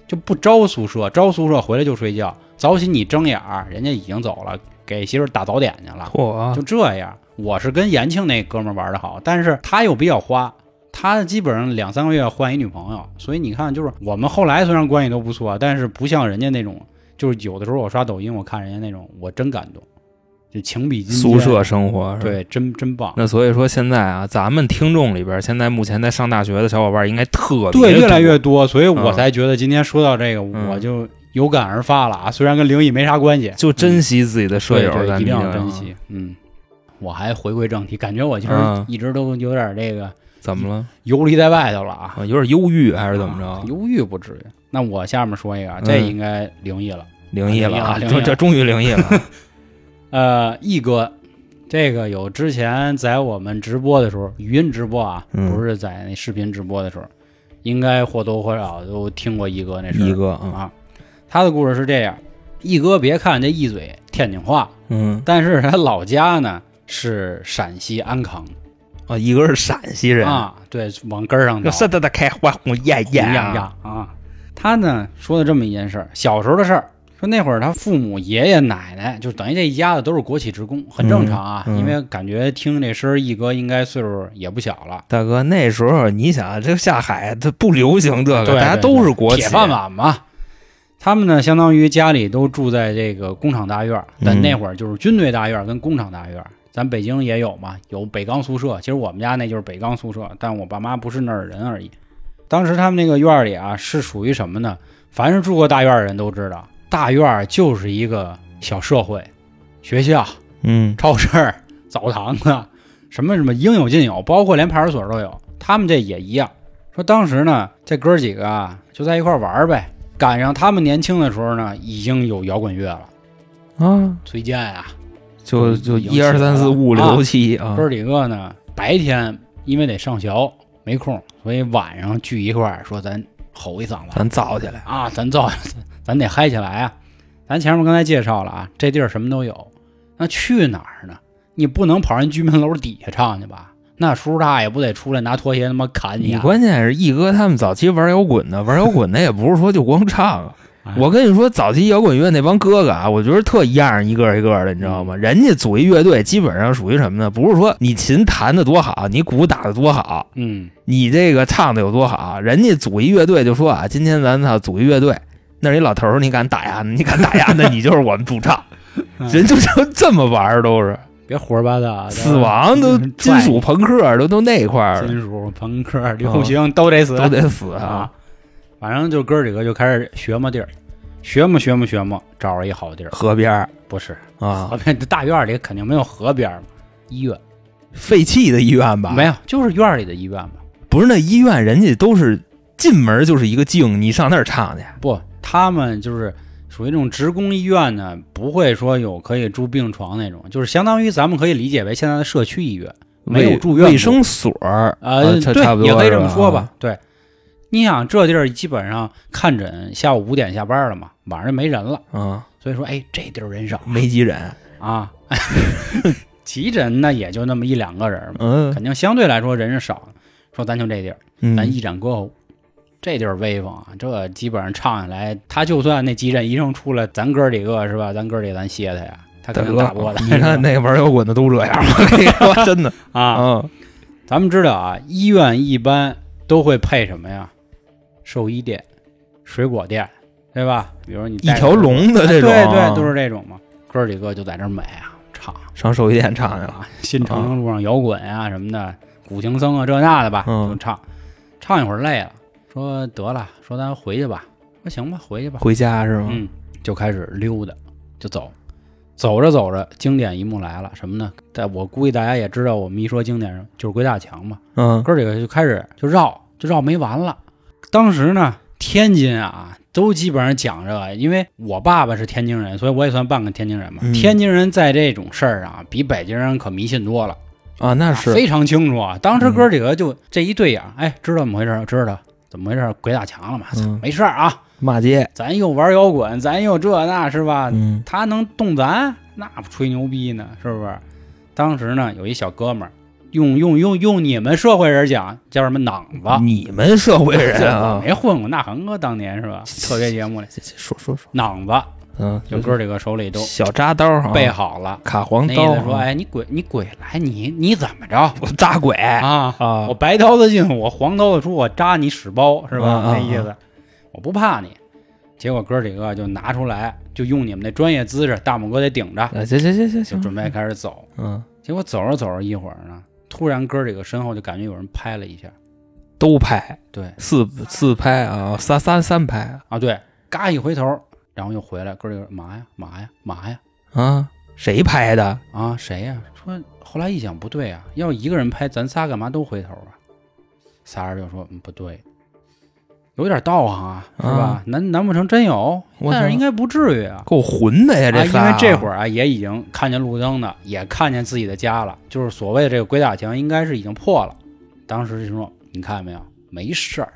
Speaker 1: 就不招宿舍，招宿舍回来就睡觉，早起你睁眼儿，人家已经走了，给媳妇儿打早点去了，
Speaker 3: 嚯
Speaker 1: 就这样。我是跟延庆那哥们儿玩的好，但是他又比较花。他基本上两三个月换一女朋友，所以你看，就是我们后来虽然关系都不错，但是不像人家那种，就是有的时候我刷抖音，我看人家那种，我真感动，就情比金
Speaker 3: 宿
Speaker 1: 坚嗯
Speaker 3: 舍生活是吧。
Speaker 1: 对，真真棒，
Speaker 3: 那所以说现在啊，咱们听众里边，现在目前在上大学的小伙伴应该特别
Speaker 1: 对，
Speaker 3: 多
Speaker 1: 越来越多，所以我
Speaker 3: 嗯
Speaker 1: 才觉得今天说到这个，
Speaker 3: 嗯
Speaker 1: 我就有感而发了啊。虽然跟灵异没啥关系，
Speaker 3: 就珍惜自己的啊舍
Speaker 1: 对
Speaker 3: 友，
Speaker 1: 对，
Speaker 3: 咱
Speaker 1: 一定要
Speaker 3: 们
Speaker 1: 珍惜。嗯，我还回归正题，感觉我今儿
Speaker 3: 嗯
Speaker 1: 一直都有点这个
Speaker 3: 怎么了？
Speaker 1: 游离在外头了啊。
Speaker 3: 啊，有点忧郁还是怎么
Speaker 1: 啊
Speaker 3: 着？
Speaker 1: 忧郁不至于。那我下面说一个啊，这
Speaker 3: 嗯
Speaker 1: 应该灵异了。
Speaker 3: 灵异了啊，
Speaker 1: 哎灵异了
Speaker 3: 这这终于灵异 了。
Speaker 1: 呃，一哥，这个有之前在我们直播的时候，语音直播啊，
Speaker 3: 嗯
Speaker 1: 不是在那视频直播的时候，应该或多或少都听过一哥那事儿。
Speaker 3: 一哥啊，
Speaker 1: 啊，他的故事是这样：一哥别看这一嘴天津话，
Speaker 3: 嗯
Speaker 1: 但是他老家呢是陕西安康
Speaker 3: 啊，一哥是陕西人，
Speaker 1: 啊，对，往根儿上
Speaker 3: 这
Speaker 1: 找。
Speaker 3: 是他的开花红艳艳
Speaker 1: 一样
Speaker 3: 啊
Speaker 1: 样啊。他呢说了这么一件事儿，小时候的事儿，说那会儿他父母爷爷奶奶就等于这一家子都是国企职工，很正常啊，
Speaker 3: 嗯嗯
Speaker 1: 因为感觉听这声儿，一哥应该岁数也不小了。
Speaker 3: 大哥，那时候你想，啊这下海它不流行这个，
Speaker 1: 对
Speaker 3: 大家
Speaker 1: 对
Speaker 3: 都是国企
Speaker 1: 铁饭碗嘛。他们呢，相当于家里都住在这个工厂大院儿，但
Speaker 3: 嗯
Speaker 1: 那会儿就是军队大院儿跟工厂大院儿。咱北京也有嘛，有北钢宿舍。其实我们家那就是北钢宿舍，但我爸妈不是那儿人而已。当时他们那个院儿里啊，是属于什么呢？凡是住过大院儿的人都知道，大院儿就是一个小社会，学校、
Speaker 3: 嗯
Speaker 1: 超市、澡堂子，什么什么应有尽有，包括连派出所都有。他们这也一样。说当时呢，这哥几个啊就在一块儿玩儿呗。赶上他们年轻的时候呢，已经有摇滚乐了，
Speaker 3: 啊，
Speaker 1: 崔健啊，
Speaker 3: 就就一二三四五六七啊
Speaker 1: 哥，几个呢，白天因为得上学没空，所以晚上聚一块儿说咱吼一嗓子
Speaker 3: 咱造起来。
Speaker 1: 啊，咱造， 咱得嗨起来啊！咱前面刚才介绍了啊，这地儿什么都有，那去哪儿呢？你不能跑人居民楼底下唱去吧？那叔叔大爷不得出来拿拖鞋他妈砍
Speaker 3: 你
Speaker 1: 啊？
Speaker 3: 关键是一哥他们早期玩摇滚的，玩摇滚的也不是说就光唱啊
Speaker 1: 哎。
Speaker 3: 我跟你说，早期摇滚乐那帮哥哥啊，我觉得特一样，一个一个的，你知道吗？人家组一乐队，基本上属于什么呢？不是说你琴弹的多好，你鼓打的多好，
Speaker 1: 嗯，
Speaker 3: 你这个唱的有多好，人家组一乐队就说啊，今天咱操组一乐队，那儿一老头儿，你敢打呀？你敢打呀？那你就是我们主唱，人就这这么玩儿，都是
Speaker 1: 别胡说八道啊，
Speaker 3: 死亡都
Speaker 1: 嗯
Speaker 3: 金属朋克都都那块儿了，啊
Speaker 1: 金属、朋克、流行都得死，
Speaker 3: 都得死
Speaker 1: 啊
Speaker 3: 啊！。
Speaker 1: 反正就哥几个就开始学摸地儿，学摸学摸学摸，找着一好地儿，
Speaker 3: 河边儿
Speaker 1: 不是
Speaker 3: 啊
Speaker 1: 河，边大院里肯定没有河边嘛，医院
Speaker 3: 废弃的医院吧？
Speaker 1: 没，有，就是院里的医院嘛。
Speaker 3: 不是那医院，人家都是进门就是一个镜，你上那儿唱去
Speaker 1: 不，他们就是属于那种职工医院呢，不会说有可以住病床那种，就是相当于咱们可以理解为现在的社区医院，没有
Speaker 3: 卫
Speaker 1: 住院部
Speaker 3: 卫生所儿
Speaker 1: 呃，
Speaker 3: 啊差
Speaker 1: 对
Speaker 3: 差不，多
Speaker 1: 也可以这么
Speaker 3: 是啊
Speaker 1: 说吧。。对，你想这地儿基本上看诊下午五点下班了嘛，晚上就没人了，
Speaker 3: 啊，
Speaker 1: 所以说哎，这地儿人少
Speaker 3: 没几人，
Speaker 1: 啊。 急诊那也就那么一两个人嘛，
Speaker 3: 嗯
Speaker 1: 肯定相对来说人是少。说咱就这地儿，咱
Speaker 3: 嗯
Speaker 1: 一展歌喉，这地儿威风啊！这基本上唱下来，他就算那急诊医生出来，咱哥几个是吧？咱哥几个咱歇他呀，他
Speaker 3: 大
Speaker 1: 肯定
Speaker 3: 哥
Speaker 1: 打不过，咱。
Speaker 3: 你看那玩摇滚的都这样，我跟你说真的
Speaker 1: 啊，
Speaker 3: 啊，
Speaker 1: 咱们知道啊，医院一般都会配什么呀？寿衣店、水果店，对吧？比如你
Speaker 3: 一
Speaker 1: 带啊
Speaker 3: 条龙的这种，啊
Speaker 1: 对对，都是这种嘛。哥儿几个就在这儿美啊，唱
Speaker 3: 上寿衣店唱去了。
Speaker 1: 啊，新长征路上摇滚啊什么的，古琴僧啊这那的吧，
Speaker 3: 嗯
Speaker 1: 就唱，唱一会儿累了，说得了，说咱回去吧，说行吧，回去吧，
Speaker 3: 回家是吗？
Speaker 1: 嗯，就开始溜达，就走。走着走着，经典一幕来了，什么呢？但我估计大家也知道，我们一说经典什么，就是鬼打墙嘛。
Speaker 3: 嗯，
Speaker 1: 哥儿几个就开始就绕，就绕没完了。当时呢，天津啊，都基本上讲这个，因为我爸爸是天津人，所以我也算半个天津人嘛。
Speaker 3: 嗯
Speaker 1: 天津人在这种事儿上啊比北京人可迷信多了，
Speaker 3: 啊，那
Speaker 1: 啊
Speaker 3: 是嗯
Speaker 1: 非常清楚啊。当时哥儿几个就这一对眼，哎，知道怎么回事儿？知道怎么回事儿？鬼打墙了嘛？操
Speaker 3: 嗯
Speaker 1: 没事儿啊，
Speaker 3: 骂街，
Speaker 1: 咱又玩摇滚，咱又这那是吧？
Speaker 3: 嗯
Speaker 1: 他能动咱，那不吹牛逼呢，是不是？当时呢，有一小哥们儿，用用用用你们社会人讲叫什么囊子？
Speaker 3: 你们社会人
Speaker 1: 这我
Speaker 3: 啊，
Speaker 1: 没混过，那恒哥当年是吧？特别节目里
Speaker 3: 说说说，
Speaker 1: 囊子，
Speaker 3: 嗯，
Speaker 1: 就哥几个手里都
Speaker 3: 小扎刀啊，
Speaker 1: 备好了。
Speaker 3: 卡簧
Speaker 1: 那
Speaker 3: 刀
Speaker 1: 意
Speaker 3: 啊
Speaker 1: 思说，，哎，你鬼你鬼来，你你怎么着
Speaker 3: 我扎鬼
Speaker 1: 啊？
Speaker 3: 啊
Speaker 1: 我，白刀子进，我黄刀子出，我扎你屎包是
Speaker 3: 啊
Speaker 1: 吧？
Speaker 3: 啊
Speaker 1: 那意思，我不怕你。结果哥几个就拿出来，就用你们那专业姿势，大拇哥得顶着，
Speaker 3: 啊行行行
Speaker 1: 就
Speaker 3: 行行，
Speaker 1: 准备开始走。
Speaker 3: 嗯，
Speaker 1: 结果走着走着一会儿呢，突然哥儿几个身后就感觉有人拍了一下，
Speaker 3: 都拍
Speaker 1: 对
Speaker 3: 四四拍啊，三三三拍啊
Speaker 1: 啊对，嘎一回头，然后又回来，哥儿几个嘛呀嘛呀嘛呀
Speaker 3: 啊，谁拍的？
Speaker 1: 啊谁呀？说后来一想不对啊，要一个人拍，咱仨干嘛都回头啊？仨人就说、嗯、不对，有点道行啊，是吧？
Speaker 3: 啊
Speaker 1: 难难不成真有？
Speaker 3: 我
Speaker 1: 但
Speaker 3: 操
Speaker 1: 是应该不至于啊。
Speaker 3: 够混的呀，
Speaker 1: 啊，因
Speaker 3: 仨啊
Speaker 1: 为这会儿啊，也已经看见路灯的，也看见自己的家了，就是所谓的这个鬼打墙，应该是已经破了。当时就说：“你看见没有，没事儿，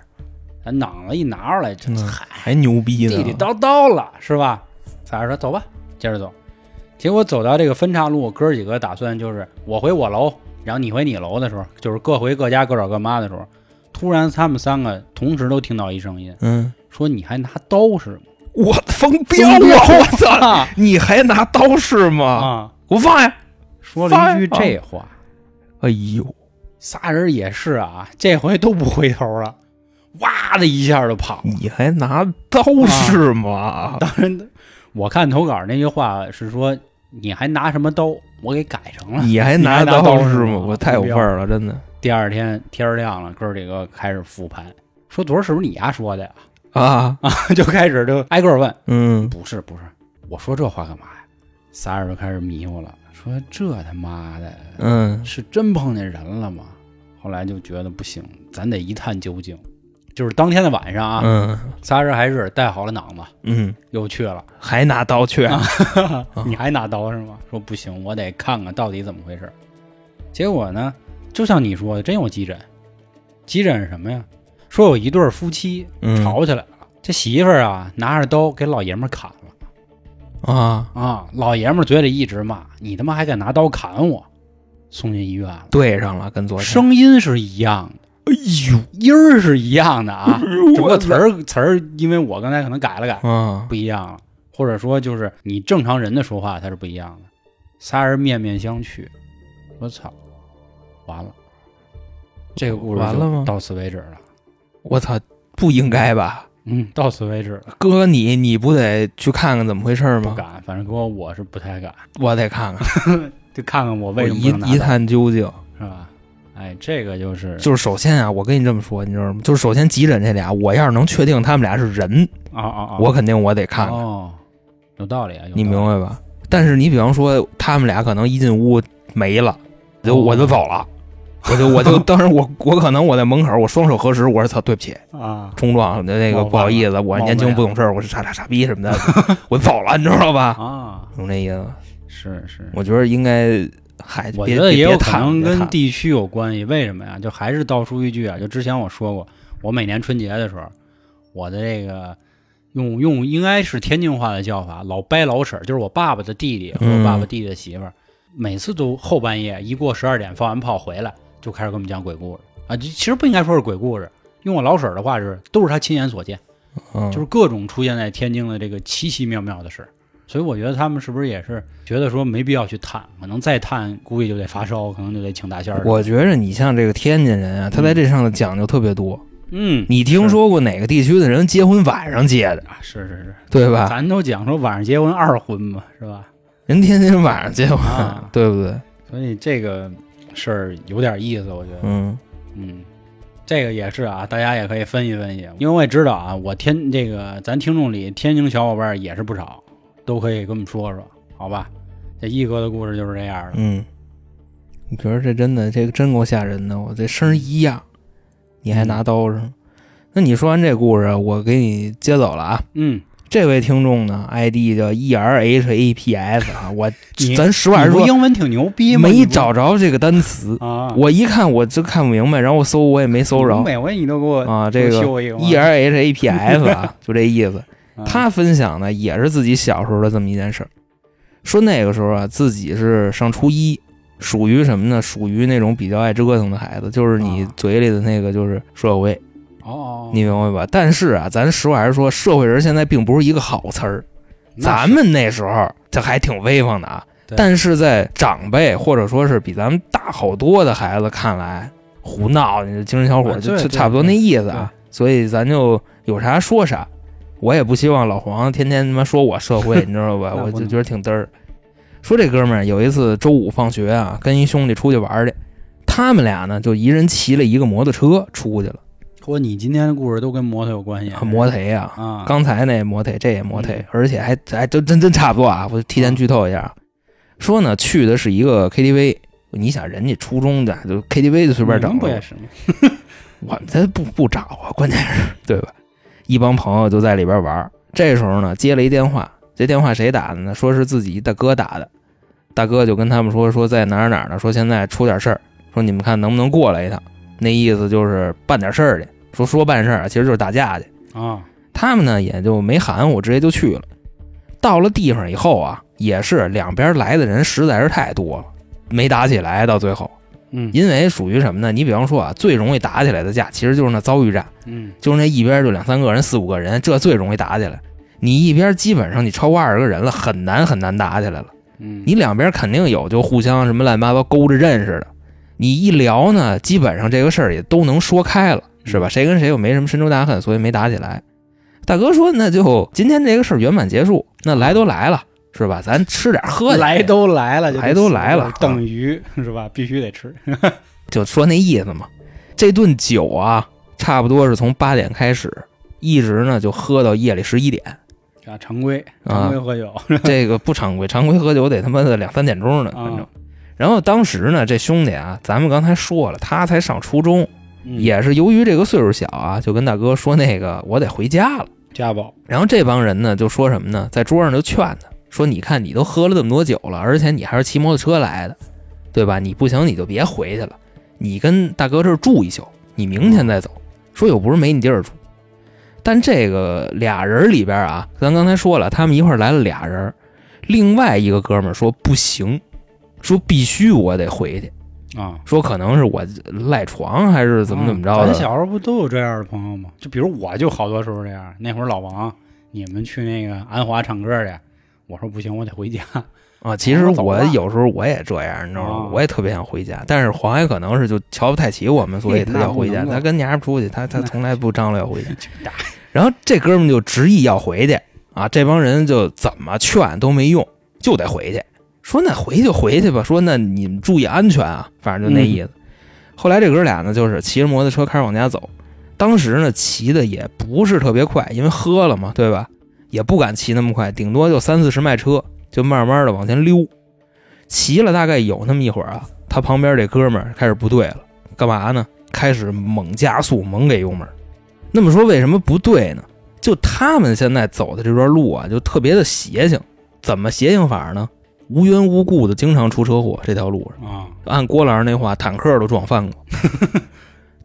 Speaker 1: 咱囊子一拿出来，这
Speaker 3: 嗯
Speaker 1: 嗨，
Speaker 3: 还牛逼呢，
Speaker 1: 地地道道了，是吧？”仨人说：“走吧，接着走。”结果走到这个分岔路，哥儿几个打算就是我回我楼，然后你回你楼的时候，就是各回各家各找各妈的时候，突然他们三个同时都听到一声音，
Speaker 3: 嗯，
Speaker 1: 说：“你还拿刀是吗
Speaker 3: 我疯彪啊！
Speaker 1: 疯
Speaker 3: 我操，
Speaker 1: 啊
Speaker 3: 你还拿刀是吗？
Speaker 1: 啊！”
Speaker 3: 给我放下！
Speaker 1: 说了一句这话。
Speaker 3: 哎呦，
Speaker 1: 仨人也是啊，这回都不回头了，哇的一下就跑了。
Speaker 3: 你还拿刀是吗？
Speaker 1: 当然，我看投稿那句话是说，你还拿什么刀？我给改成了。
Speaker 3: 你还拿
Speaker 1: 刀
Speaker 3: 是
Speaker 1: 吗？
Speaker 3: 吗？我太有范
Speaker 1: 儿。
Speaker 3: 儿了，真的
Speaker 1: 第二天天儿亮了，哥儿几个开始复盘，说昨儿是不是你丫说的呀？
Speaker 3: 啊，
Speaker 1: 就开始就挨个儿问，
Speaker 3: 嗯，
Speaker 1: 不是不是，我说这话干嘛呀？仨人就开始迷糊了，说这他妈的
Speaker 3: 嗯，
Speaker 1: 是真碰见人了吗？后来就觉得不行，咱得一探究竟。就是当天的晚上啊，
Speaker 3: 嗯
Speaker 1: 仨人还是带好了囊子，
Speaker 3: 嗯，
Speaker 1: 又去了。
Speaker 3: 还拿刀去，
Speaker 1: 啊
Speaker 3: 啊
Speaker 1: 你还拿刀是吗？说不行，我得看看到底怎么回事。结果呢，就像你说的，真有急诊。急诊是什么呀？说有一对夫妻
Speaker 3: 嗯
Speaker 1: 吵起来了，这媳妇儿啊拿着刀给老爷们儿砍了
Speaker 3: 啊，
Speaker 1: 啊！老爷们儿嘴里一直骂：“你他妈还敢拿刀砍我！”送进医院了，
Speaker 3: 对上了，跟昨天，
Speaker 1: 声音是一样的，
Speaker 3: 哎呦，哎
Speaker 1: 音儿是一样的啊，只不过
Speaker 3: 我
Speaker 1: 词儿词儿，因为我刚才可能改了改，
Speaker 3: 啊，
Speaker 1: 不一样了，或者说就是你正常人的说话它是不一样的。仨人面面相觑，我操，完了，这个故事
Speaker 3: 完了吗
Speaker 1: 就到此为止了。
Speaker 3: 我操，不应该吧？
Speaker 1: 嗯，到此为止了，
Speaker 3: 哥你你不得去看看怎么回事
Speaker 1: 不
Speaker 3: 吗？
Speaker 1: 敢，反正给我我是不太敢，
Speaker 3: 我得看看，
Speaker 1: 就看看我
Speaker 3: 我
Speaker 1: 为什么
Speaker 3: 一
Speaker 1: 不能
Speaker 3: 一
Speaker 1: 拿到，
Speaker 3: 探究竟。
Speaker 1: 是吧？哎，这个就是
Speaker 3: 就是首先啊，我跟你这么说，你知道吗？就是首先急诊这俩，我要是能确定他们俩是人，
Speaker 1: 啊啊啊，
Speaker 3: 我肯定我得看看，
Speaker 1: 哦，有道理啊，有
Speaker 3: 你明
Speaker 1: 道理
Speaker 3: 白吧？但是你比方说，他们俩可能一进屋没了，就
Speaker 1: 哦
Speaker 3: 我就走了，我就 我就当时我我可能我在门口我双手合十，我说操，对不起，
Speaker 1: 啊
Speaker 3: 冲撞那个
Speaker 1: 冒犯
Speaker 3: 不好意思，
Speaker 1: 冒
Speaker 3: 我
Speaker 1: 昧
Speaker 3: 年轻不懂事儿，我是傻傻傻逼什么 的，我走了，你知道吧？
Speaker 1: 啊，
Speaker 3: 懂这意思吗？
Speaker 1: 是是，
Speaker 3: 我觉得应该，嗨，
Speaker 1: 我
Speaker 3: 别
Speaker 1: 觉得
Speaker 3: 别
Speaker 1: 也有
Speaker 3: 别
Speaker 1: 可
Speaker 3: 谈
Speaker 1: 能
Speaker 3: 别
Speaker 1: 跟
Speaker 3: 谈
Speaker 1: 地区有关系。为什么呀？就还是道出一句啊，就之前我说过，我每年春节的时候，我的这个用用应该是天津话的叫法，老掰老婶儿，就是我爸爸的弟弟和我爸爸弟弟的媳妇儿，每次都后半夜一过十二点放完炮回来，就开始给我们讲鬼故事啊。就其实不应该说是鬼故事，用我老婶儿的话是，都是他亲眼所见。
Speaker 3: 嗯
Speaker 1: 就是各种出现在天津的这个奇奇妙妙的事儿。所以我觉得他们是不是也是觉得说没必要去探，可能再探估计就得发烧，可能就得请大仙儿。
Speaker 3: 我觉着你像这个天津人啊，他在这上的讲究特别多。
Speaker 1: 嗯，
Speaker 3: 你听说过哪个地区的人结婚晚上结的，
Speaker 1: 啊是是是，
Speaker 3: 对吧？
Speaker 1: 咱都讲说晚上结婚二婚嘛，是吧？
Speaker 3: 人天津晚上结婚，
Speaker 1: 啊
Speaker 3: 对不对？
Speaker 1: 所以这个事儿有点意思，我觉得，
Speaker 3: 嗯
Speaker 1: 嗯，这个也是啊，大家也可以分析分析，因为我也知道啊，我天这个咱听众里天津小伙伴也是不少，都可以跟我们说说，好吧？这一哥的故事就是这样的，
Speaker 3: 嗯，你觉得这真的，这个真够吓人的。我这声儿一样，你还
Speaker 1: 嗯
Speaker 3: 拿刀上。那你说完这故事，我给你接走了啊。
Speaker 1: 嗯，
Speaker 3: 这位听众呢，ID 叫 E R H A P S 啊，我
Speaker 1: 你
Speaker 3: 咱实话实
Speaker 1: 你不
Speaker 3: 说，
Speaker 1: 英文挺牛逼吗？你
Speaker 3: 没
Speaker 1: 不
Speaker 3: 找着这个单词，
Speaker 1: 啊，
Speaker 3: 我一看我就看不明白，然后我搜我也没搜着
Speaker 1: 每回你都给我
Speaker 3: 啊。这
Speaker 1: 多
Speaker 3: 个
Speaker 1: 修一个
Speaker 3: E R H A P S 啊， 就这意思。
Speaker 1: 啊
Speaker 3: 他分享的也是自己小时候的这么一件事儿，说那个时候啊，自己是上初一，属于什么呢？属于那种比较爱折腾的孩子，就是你
Speaker 1: 啊
Speaker 3: 嘴里的那个就是社会，
Speaker 1: 哦，
Speaker 3: 你明白吧？但是啊，咱实话实说，社会人现在并不是一个好词儿。
Speaker 1: 那
Speaker 3: 咱
Speaker 1: 是
Speaker 3: 们那时候这还挺威风的啊
Speaker 1: 对，
Speaker 3: 但是在长辈或者说是比咱们大好多的孩子看来，胡闹，你这精神小伙
Speaker 1: 啊
Speaker 3: 儿就
Speaker 1: 对对
Speaker 3: 就差不多那意思啊。所以咱就有啥说啥，我也不希望老黄天天他妈说我社 会，你知道吧？
Speaker 1: 那不
Speaker 3: 我就
Speaker 1: 能
Speaker 3: 觉得挺嘚儿。说这哥们儿有一次周五放学啊，跟一兄弟出去玩儿去，他们俩呢就一人骑了一个摩托车出去了，
Speaker 1: 说你今天的故事都跟摩托有关系啊，
Speaker 3: 摩托呀、
Speaker 1: 啊，
Speaker 3: 刚才那摩腿，这也摩腿
Speaker 1: 嗯，
Speaker 3: 而且还还都真真差不多啊！我提前剧透一下，啊，说呢去的是一个 KTV，你想人家初中的就 KTV 就随便
Speaker 1: 你
Speaker 3: 整
Speaker 1: 们不
Speaker 3: 了
Speaker 1: 也，是吗？
Speaker 3: 我们才不不找啊， 关键是对吧？一帮朋友就在里边玩儿，这时候呢接了一电话，这电话谁打的呢？说是自己大哥打的，大哥就跟他们说说在哪儿哪儿呢，说现在出点事儿，说你们看能不能过来一趟，那意思就是办点事儿去，说说办事儿啊，其实就是打架去。
Speaker 1: 啊，
Speaker 3: 他们呢也就没含糊，直接就去了。到了地方以后啊，也是两边来的人实在是太多了，没打起来。到最后，
Speaker 1: 嗯
Speaker 3: 因为属于什么呢？你比方说啊，最容易打起来的架，其实就是那遭遇战，
Speaker 1: 嗯
Speaker 3: 就是那一边就两三个人、四五个人，这最容易打起来。你一边基本上你超过二十个人了，很难很难打起来了。
Speaker 1: 嗯，
Speaker 3: 你两边肯定有就互相什么乱七八糟勾着认识的，你一聊呢，基本上这个事儿也都能说开了，是吧？
Speaker 1: 嗯
Speaker 3: 谁跟谁又没什么深仇大恨，所以没打起来。大哥说，那就今天这个事儿圆满结束，那来都来了，是吧？咱吃点喝点，
Speaker 1: 来都来了，就得
Speaker 3: 来都来了
Speaker 1: 死等于是吧？必须得吃，
Speaker 3: 就说那意思嘛。这顿酒啊，差不多是从八点开始，一直呢就喝到夜里 十一点。
Speaker 1: 啊，常规常
Speaker 3: 啊
Speaker 1: 规喝酒，
Speaker 3: 这个不常规，常规喝酒得他妈的两三点钟呢，反正
Speaker 1: 啊。
Speaker 3: 然后当时呢，这兄弟啊，咱们刚才说了，他才上初中，
Speaker 1: 嗯
Speaker 3: 也是由于这个岁数小啊，就跟大哥说那个我得回家了。
Speaker 1: 家暴，
Speaker 3: 然后这帮人呢就说什么呢，在桌上就劝他说：“你看你都喝了这么多酒了，而且你还是骑摩托车来的，对吧？你不行你就别回去了，你跟大哥这儿住一宿，你明天再走。说又不是没你地儿住。”但这个俩人里边啊，咱刚才说了，他们一块儿来了俩人，另外一个哥们儿说不行，说必须我得回去，
Speaker 1: 啊。
Speaker 3: 说可能是我赖床还是怎么怎么着
Speaker 1: 啊咱
Speaker 3: 的。
Speaker 1: 小时候不都有这样的朋友吗？就比如我就好多时候这样。那会儿老王，你们去那个安华唱歌去，我说不行，我得回家。
Speaker 3: 啊，其实
Speaker 1: 我走
Speaker 3: 我
Speaker 1: 了
Speaker 3: 有时候我也这样，你知道吗
Speaker 1: 哦？
Speaker 3: 我也特别想回家，但是黄爷可能是就瞧不太起我们，所以
Speaker 1: 嘿
Speaker 3: 他
Speaker 1: 那
Speaker 3: 要
Speaker 1: 不
Speaker 3: 回家。
Speaker 1: 能
Speaker 3: 他
Speaker 1: 够
Speaker 3: 跟娘们出去，他他
Speaker 1: 那
Speaker 3: 从来不张罗要 回家。
Speaker 1: 去打
Speaker 3: 然后这哥们就执意要回去啊，这帮人就怎么劝都没用，就得回去。说那回去就回去吧，说那你们注意安全啊，反正就那意思。后来这哥俩呢，就是骑着摩托车开始往家走，当时呢骑的也不是特别快，因为喝了嘛，对吧？也不敢骑那么快，顶多就三四十迈车，就慢慢的往前溜。骑了大概有那么一会儿啊，他旁边这哥们儿开始不对了，干嘛呢？开始猛加速，猛给油门。那么说为什么不对呢？就他们现在走的这段路啊，就特别的邪性。怎么邪性法呢？无缘无故的经常出车祸，这条路上。
Speaker 1: 啊，
Speaker 3: 按郭老师那话，坦克都撞翻过。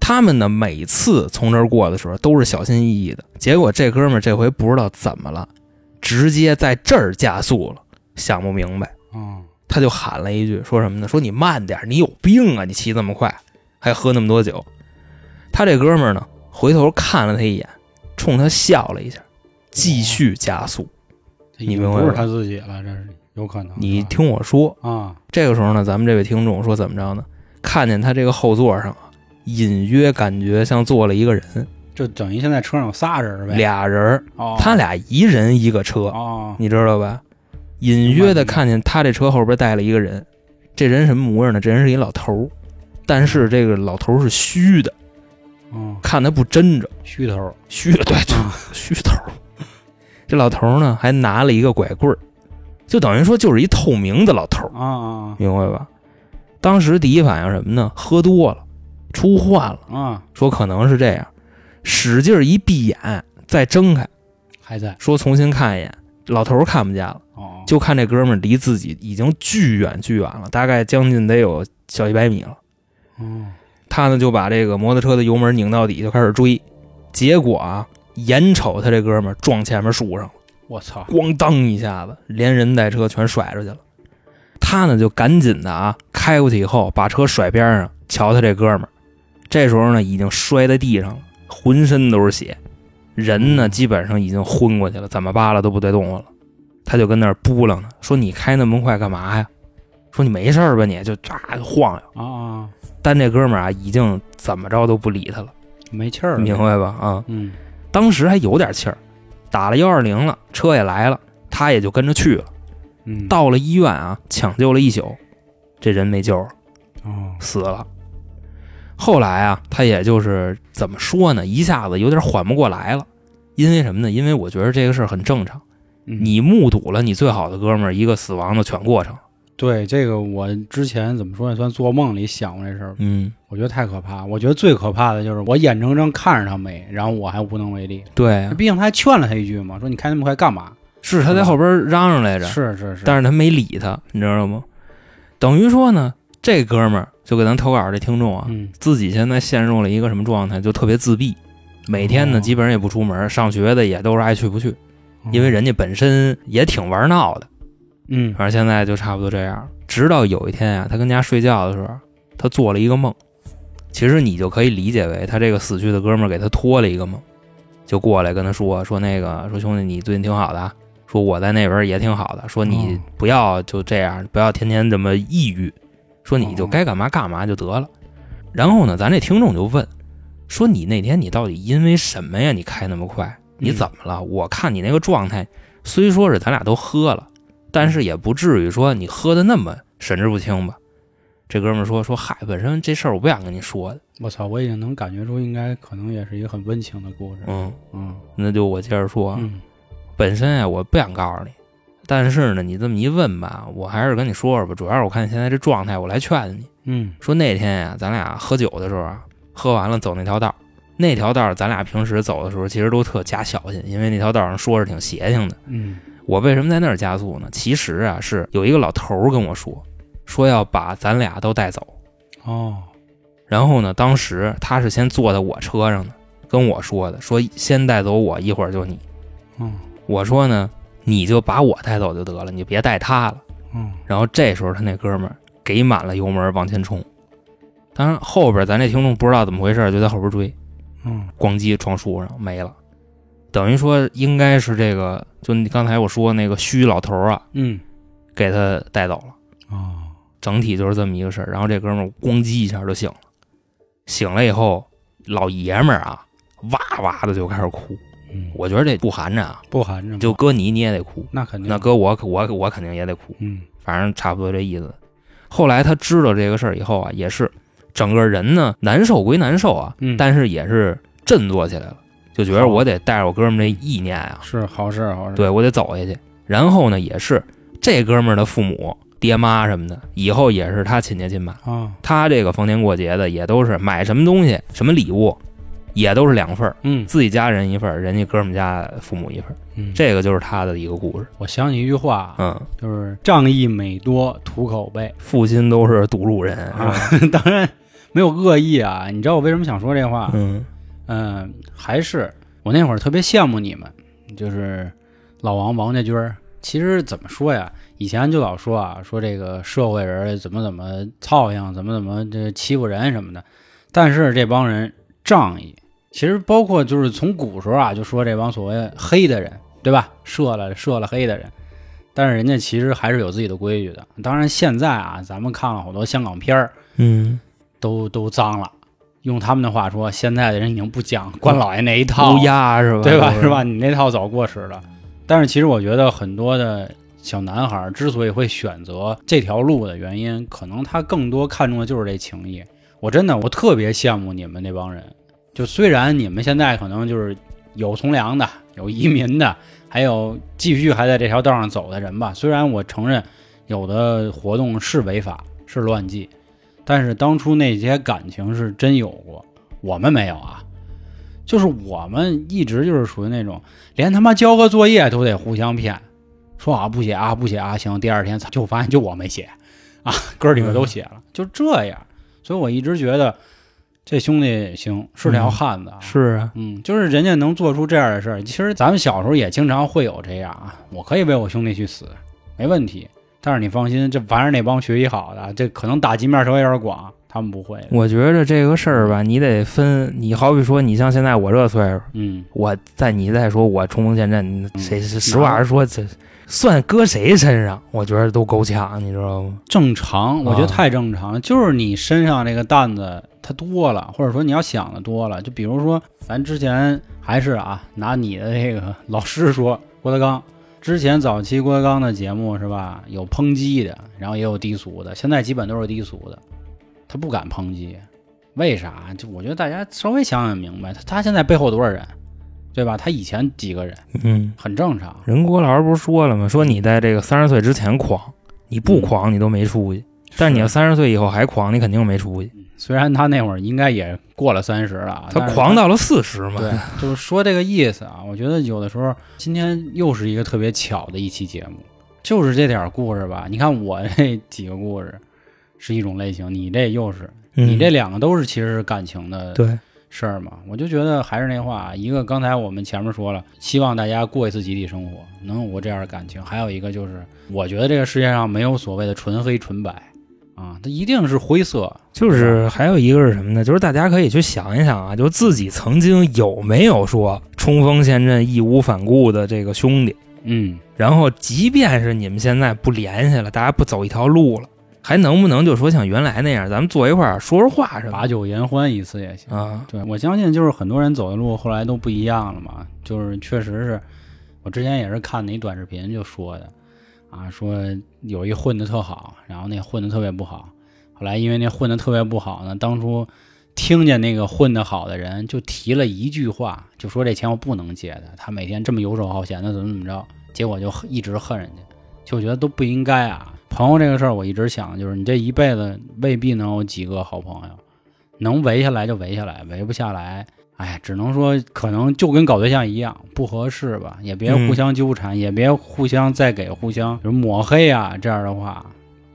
Speaker 3: 他们呢，每次从这儿过的时候都是小心翼翼的。结果这哥们儿这回不知道怎么了，直接在这儿加速了，想不明白。
Speaker 1: 嗯，
Speaker 3: 他就喊了一句，说什么呢？说你慢点儿，你有病啊！你骑这么快，还喝那么多酒。他这哥们儿呢，回头看了他一眼，冲他笑了一下，继续加速。
Speaker 1: 这已经
Speaker 3: 你明白
Speaker 1: 不是
Speaker 3: 吗
Speaker 1: 他自己了，这是有可能。
Speaker 3: 你
Speaker 1: 是吧
Speaker 3: 听我说，
Speaker 1: 啊，
Speaker 3: 这个时候呢，咱们这位听众说怎么着呢？看见他这个后座上啊，隐约感觉像坐了一个人，
Speaker 1: 就等于现在车上有仨人呗，
Speaker 3: 俩人儿，
Speaker 1: 哦，
Speaker 3: 他俩一人一个车，
Speaker 1: 哦，
Speaker 3: 你知道吧？隐约的看见他这车后边带了一个人，这人什么模样呢？这人是一老头儿，但是这个老头儿是虚的，
Speaker 1: 嗯，
Speaker 3: 看他不真着，
Speaker 1: 虚 头，
Speaker 3: 虚的对对
Speaker 1: 啊，
Speaker 3: 虚头儿。这老头儿呢，还拿了一个拐棍儿，就等于说就是一透明的老头儿。
Speaker 1: 啊啊
Speaker 3: 明白吧？当时第一反应什么呢？喝多了，出幻了，
Speaker 1: 啊啊，
Speaker 3: 说可能是这样，使劲儿一闭眼，再睁开，
Speaker 1: 还在
Speaker 3: 说重新看一眼。老头儿看不见了，
Speaker 1: 哦，
Speaker 3: 就看这哥们儿离自己已经巨远巨远了，大概将近得有小一百米了。
Speaker 1: 嗯
Speaker 3: 他呢就把这个摩托车的油门拧到底，就开始追。结果啊，眼瞅他这哥们儿撞前面树上了，
Speaker 1: 我操，
Speaker 3: 咣当一下子，连人带车全甩出去了。他呢就赶紧的啊，开过去以后把车甩边上，瞧他这哥们儿，这时候呢已经摔在地上了，浑身都是血，人呢基本上已经昏过去了，怎么扒拉都不带动我了。他就跟那儿扑棱呢，说你开那么快干嘛呀？说你没事儿吧你？就啊晃悠。
Speaker 1: 啊啊，
Speaker 3: 但这哥们儿啊已经怎么着都不理他了，
Speaker 1: 没气儿了，
Speaker 3: 明白吧？啊、
Speaker 1: 嗯，
Speaker 3: 当时还有点气儿，打了幺二零了，车也来了，他也就跟着去了。
Speaker 1: 嗯嗯，
Speaker 3: 到了医院啊，抢救了一宿，这人没救了，
Speaker 1: 哦，
Speaker 3: 死了。后来啊，他也就是怎么说呢，一下子有点缓不过来了。因为什么呢？因为我觉得这个事儿很正常，
Speaker 1: 嗯
Speaker 3: 你目睹了你最好的哥们儿一个死亡的全过程。
Speaker 1: 对这个，我之前怎么说呢？算做梦里想过这事儿，
Speaker 3: 嗯，
Speaker 1: 我觉得太可怕。我觉得最可怕的就是我眼睁睁看着他没，然后我还无能为力。
Speaker 3: 对啊，
Speaker 1: 毕竟他还劝了他一句嘛，说你开那么快干嘛？
Speaker 3: 是他在后边嚷嚷来着，
Speaker 1: 是是是，
Speaker 3: 但是他没理他，你知道吗？等于说呢，这哥们儿就给咱投稿这听众啊，
Speaker 1: 嗯
Speaker 3: 自己现在陷入了一个什么状态，就特别自闭。每天呢，
Speaker 1: 哦
Speaker 3: 基本上也不出门，上学的也都是爱去不去，因为人家本身也挺玩闹的。
Speaker 1: 嗯
Speaker 3: 反正现在就差不多这样。直到有一天啊，他跟家睡觉的时候，他做了一个梦。其实你就可以理解为他这个死去的哥们儿给他托了一个梦，就过来跟他说说那个说兄弟你最近挺好的啊，说我在那边也挺好的，说你
Speaker 1: 哦
Speaker 3: 不要就这样，不要天天这么抑郁，说你就
Speaker 1: 哦
Speaker 3: 该干嘛干嘛就得了。然后呢，咱这听众就问说你那天你到底因为什么呀？你开那么快，你
Speaker 1: 嗯
Speaker 3: 怎么了？我看你那个状态，虽说是咱俩都喝了，但是也不至于说你喝的那么神志不清吧。这哥们儿说说嗨，本身这事儿我不想跟你说的，
Speaker 1: 我操，我已经能感觉出，应该可能也是一个很温情的故事。
Speaker 3: 嗯，啊
Speaker 1: 嗯
Speaker 3: 那就我接着说，
Speaker 1: 嗯
Speaker 3: 本身啊我不想告诉你，但是呢你这么一问吧，我还是跟你说说吧。主要是我看你现在这状态，我来劝你
Speaker 1: 嗯
Speaker 3: 说那天呀、咱俩喝酒的时候啊，喝完了走那条道儿，那条道儿咱俩平时走的时候其实都特加小心，因为那条道上说是挺邪性的。
Speaker 1: 嗯
Speaker 3: 我为什么在那儿加速呢？其实啊，是有一个老头儿跟我说，说要把咱俩都带走。
Speaker 1: 哦
Speaker 3: 然后呢，当时他是先坐在我车上的，跟我说的，说先带走我，一会儿就你。
Speaker 1: 嗯
Speaker 3: 我说呢，你就把我带走就得了，你别带他了。
Speaker 1: 嗯
Speaker 3: 然后这时候他那哥们儿给满了油门往前冲，当然后边咱这听众不知道怎么回事，就在后边追，
Speaker 1: 嗯
Speaker 3: 咣叽撞树上没了。等于说应该是这个，就你刚才我说那个虚老头儿啊，
Speaker 1: 嗯
Speaker 3: 给他带走了。
Speaker 1: 哦
Speaker 3: 整体就是这么一个事儿。然后这哥们儿咣叽一下就醒了，醒了以后，老爷们儿啊，哇哇的就开始哭。
Speaker 1: 嗯，
Speaker 3: 我觉得这不含着啊，
Speaker 1: 不含着吗
Speaker 3: 就搁你你也得哭，
Speaker 1: 那肯定
Speaker 3: 那搁我可我我肯定也得哭，
Speaker 1: 嗯
Speaker 3: 反正差不多这意思。后来他知道这个事儿以后啊，也是整个人呢难受归难受啊，
Speaker 1: 嗯
Speaker 3: 但是也是振作起来了，就觉得
Speaker 1: 好
Speaker 3: 我得带着我哥们儿这意
Speaker 1: 嗯
Speaker 3: 念啊，
Speaker 1: 是好事好事。
Speaker 3: 对我得走下去。然后呢，也是这哥们儿的父母爹妈什么的，以后也是他亲爹亲妈。
Speaker 1: 啊，
Speaker 3: 他这个逢年过节的也都是买什么东西、什么礼物，也都是两份儿，
Speaker 1: 嗯
Speaker 3: 自己家人一份儿，人家哥们家父母一份儿。
Speaker 1: 嗯，
Speaker 3: 这个就是他的一个故事。
Speaker 1: 我想起一句话，啊
Speaker 3: 嗯，
Speaker 1: 就是仗义每多图口碑
Speaker 3: 父亲都是读书人，是吧？
Speaker 1: 啊， 当然没有恶意啊。你知道我为什么想说这话？
Speaker 3: 嗯
Speaker 1: 嗯，还是我那会儿特别羡慕你们，就是老王王家军儿。其实怎么说呀？以前就老说啊，说这个社会人怎么怎么操性，怎么怎么这欺负人什么的。但是这帮人仗义，其实包括就是从古时候啊，就说这帮所谓黑的人，对吧？射了射了黑的人，但是人家其实还是有自己的规矩的。当然现在啊，咱们看了好多香港片儿，
Speaker 3: 嗯，
Speaker 1: 都都脏了。用他们的话说，现在的人已经不讲关老爷那一套，
Speaker 3: 乌鸦是吧？
Speaker 1: 对吧？
Speaker 3: 都
Speaker 1: 是吧？？你那套早过时了。但是其实我觉得很多的小男孩儿之所以会选择这条路的原因，可能他更多看重的就是这情谊。我真的我特别羡慕你们那帮人，就虽然你们现在可能就是有从良的，有移民的，还有继续还在这条道上走的人吧。虽然我承认有的活动是违法，是乱纪，但是当初那些感情是真有过，我们没有啊。就是我们一直就是属于那种连他妈交个作业都得互相骗，说啊不写啊不写啊行，第二天操就发现就我没写啊，哥儿几个
Speaker 3: 嗯
Speaker 1: 都写了，就这样。所以我一直觉得这兄弟行是条
Speaker 3: 嗯
Speaker 1: 汉子啊，
Speaker 3: 是啊，
Speaker 1: 嗯，就是人家能做出这样的事儿，其实咱们小时候也经常会有这样啊。我可以为我兄弟去死，没问题。但是你放心，这凡是那帮学习好的，这可能打击面稍微有点广，他们不会的。
Speaker 3: 我觉着这个事儿吧，你得分。你好比说，你像现在我这岁数，
Speaker 1: 嗯，
Speaker 3: 我再你再说我冲锋陷阵，你谁
Speaker 1: 嗯
Speaker 3: 实话实说，这算搁谁身上？我觉得都够呛，你知道吗？
Speaker 1: 正常，我觉得
Speaker 3: 啊
Speaker 1: 太正常了。就是你身上这个担子它多了，或者说你要想的多了。就比如说，咱之前还是啊，拿你的这个老师说，郭德纲。之前早期郭德纲的节目是吧，有抨击的，然后也有低俗的，现在基本都是低俗的。他不敢抨击，为啥？就我觉得大家稍微想想明白，他他现在背后多少人，对吧？他以前几个人
Speaker 3: 嗯，
Speaker 1: 很正常。
Speaker 3: 任国老师不是说了吗？说你在这个三十岁之前狂，你
Speaker 1: 嗯
Speaker 3: 不狂你都没出息。但
Speaker 1: 啊
Speaker 3: 是你要三十岁以后还狂，你肯定没出息。
Speaker 1: 虽然他那会儿应该也过了三十了啊，
Speaker 3: 他
Speaker 1: 但是
Speaker 3: 狂到了四十嘛。
Speaker 1: 对，就是说这个意思啊。我觉得有的时候，今天又是一个特别巧的一期节目，就是这点儿故事吧。你看我这几个故事是一种类型，你这又是，
Speaker 3: 嗯
Speaker 1: 你这两个都是其实是感情的
Speaker 3: 对，
Speaker 1: 事儿嘛。我就觉得还是那话，一个刚才我们前面说了，希望大家过一次集体生活，能有过这样的感情；还有一个就是，我觉得这个世界上没有所谓的纯黑纯白啊，它一定是灰色。
Speaker 3: 就是还有一个是什么呢？就是大家可以去想一想啊，就自己曾经有没有说冲锋陷阵、义无反顾的这个兄弟。
Speaker 1: 嗯，
Speaker 3: 然后，即便是你们现在不联系了，大家不走一条路了，还能不能就说像原来那样，咱们坐一块儿说说话什么
Speaker 1: 把酒言欢一次也行。
Speaker 3: 啊？
Speaker 1: 对，我相信就是很多人走的路后来都不一样了嘛，就是确实是我之前也是看的一短视频就说的，啊，说有一混的特好，然后那混的特别不好，后来因为那混的特别不好呢，当初听见那个混的好的人就提了一句话，就说这钱我不能借他，他每天这么游手好闲的怎么怎么着，结果就一直恨人家，就我觉得都不应该啊。朋友这个事儿，我一直想的就是你这一辈子未必能有几个好朋友。能围下来就围下来，围不下来，哎，只能说可能就跟搞对象一样不合适吧，也别
Speaker 3: 嗯
Speaker 1: 互相纠缠，也别互相再给互相比如抹黑啊，这样的话，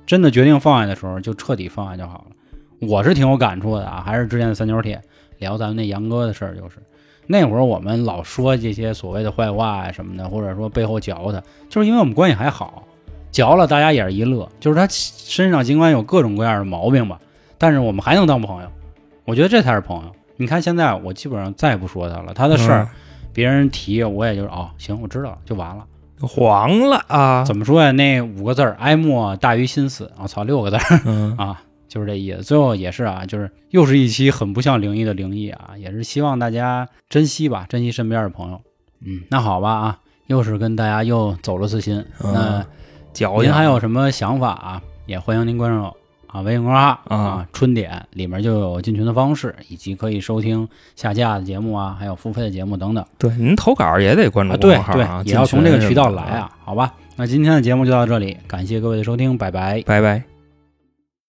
Speaker 1: 真的决定放下的时候就彻底放下就好了。我是挺有感触的啊，还是之前的三角铁聊咱们那杨哥的事儿，就是那会儿我们老说这些所谓的坏话啊什么的，或者说背后嚼他，就是因为我们关系还好，嚼了大家也是一乐，就是他身上尽管有各种各样的毛病吧，但是我们还能当朋友，我觉得这才是朋友。你看现在我基本上再也不说他了，他的事儿、
Speaker 3: 嗯
Speaker 1: 别人提我也就是哦行我知道了就完了。
Speaker 3: 嗯黄了啊？
Speaker 1: 怎么说呀？那五个字儿哀莫大于心死，我、操六个字儿
Speaker 3: 嗯
Speaker 1: 啊，就是这意思。最后也是啊，就是又是一期很不像灵异的灵异啊，也是希望大家珍惜吧，珍惜身边的朋友。嗯，那好吧啊，又是跟大家又走了次心。
Speaker 3: 嗯
Speaker 1: 那
Speaker 3: 矫情
Speaker 1: 啊您还有什么想法啊？也欢迎您关注啊，《维影瓜》
Speaker 3: 啊，
Speaker 1: 春点里面就有进群的方式，以及可以收听下架的节目啊，还有付费的节目等等。
Speaker 3: 对，您投稿也得关注
Speaker 1: 啊，
Speaker 3: 公
Speaker 1: 对
Speaker 3: 众号啊，
Speaker 1: 啊对，也要从这个渠道来。啊，好吧？那今天的节目就到这里，感谢各位的收听，拜拜。
Speaker 3: 拜拜。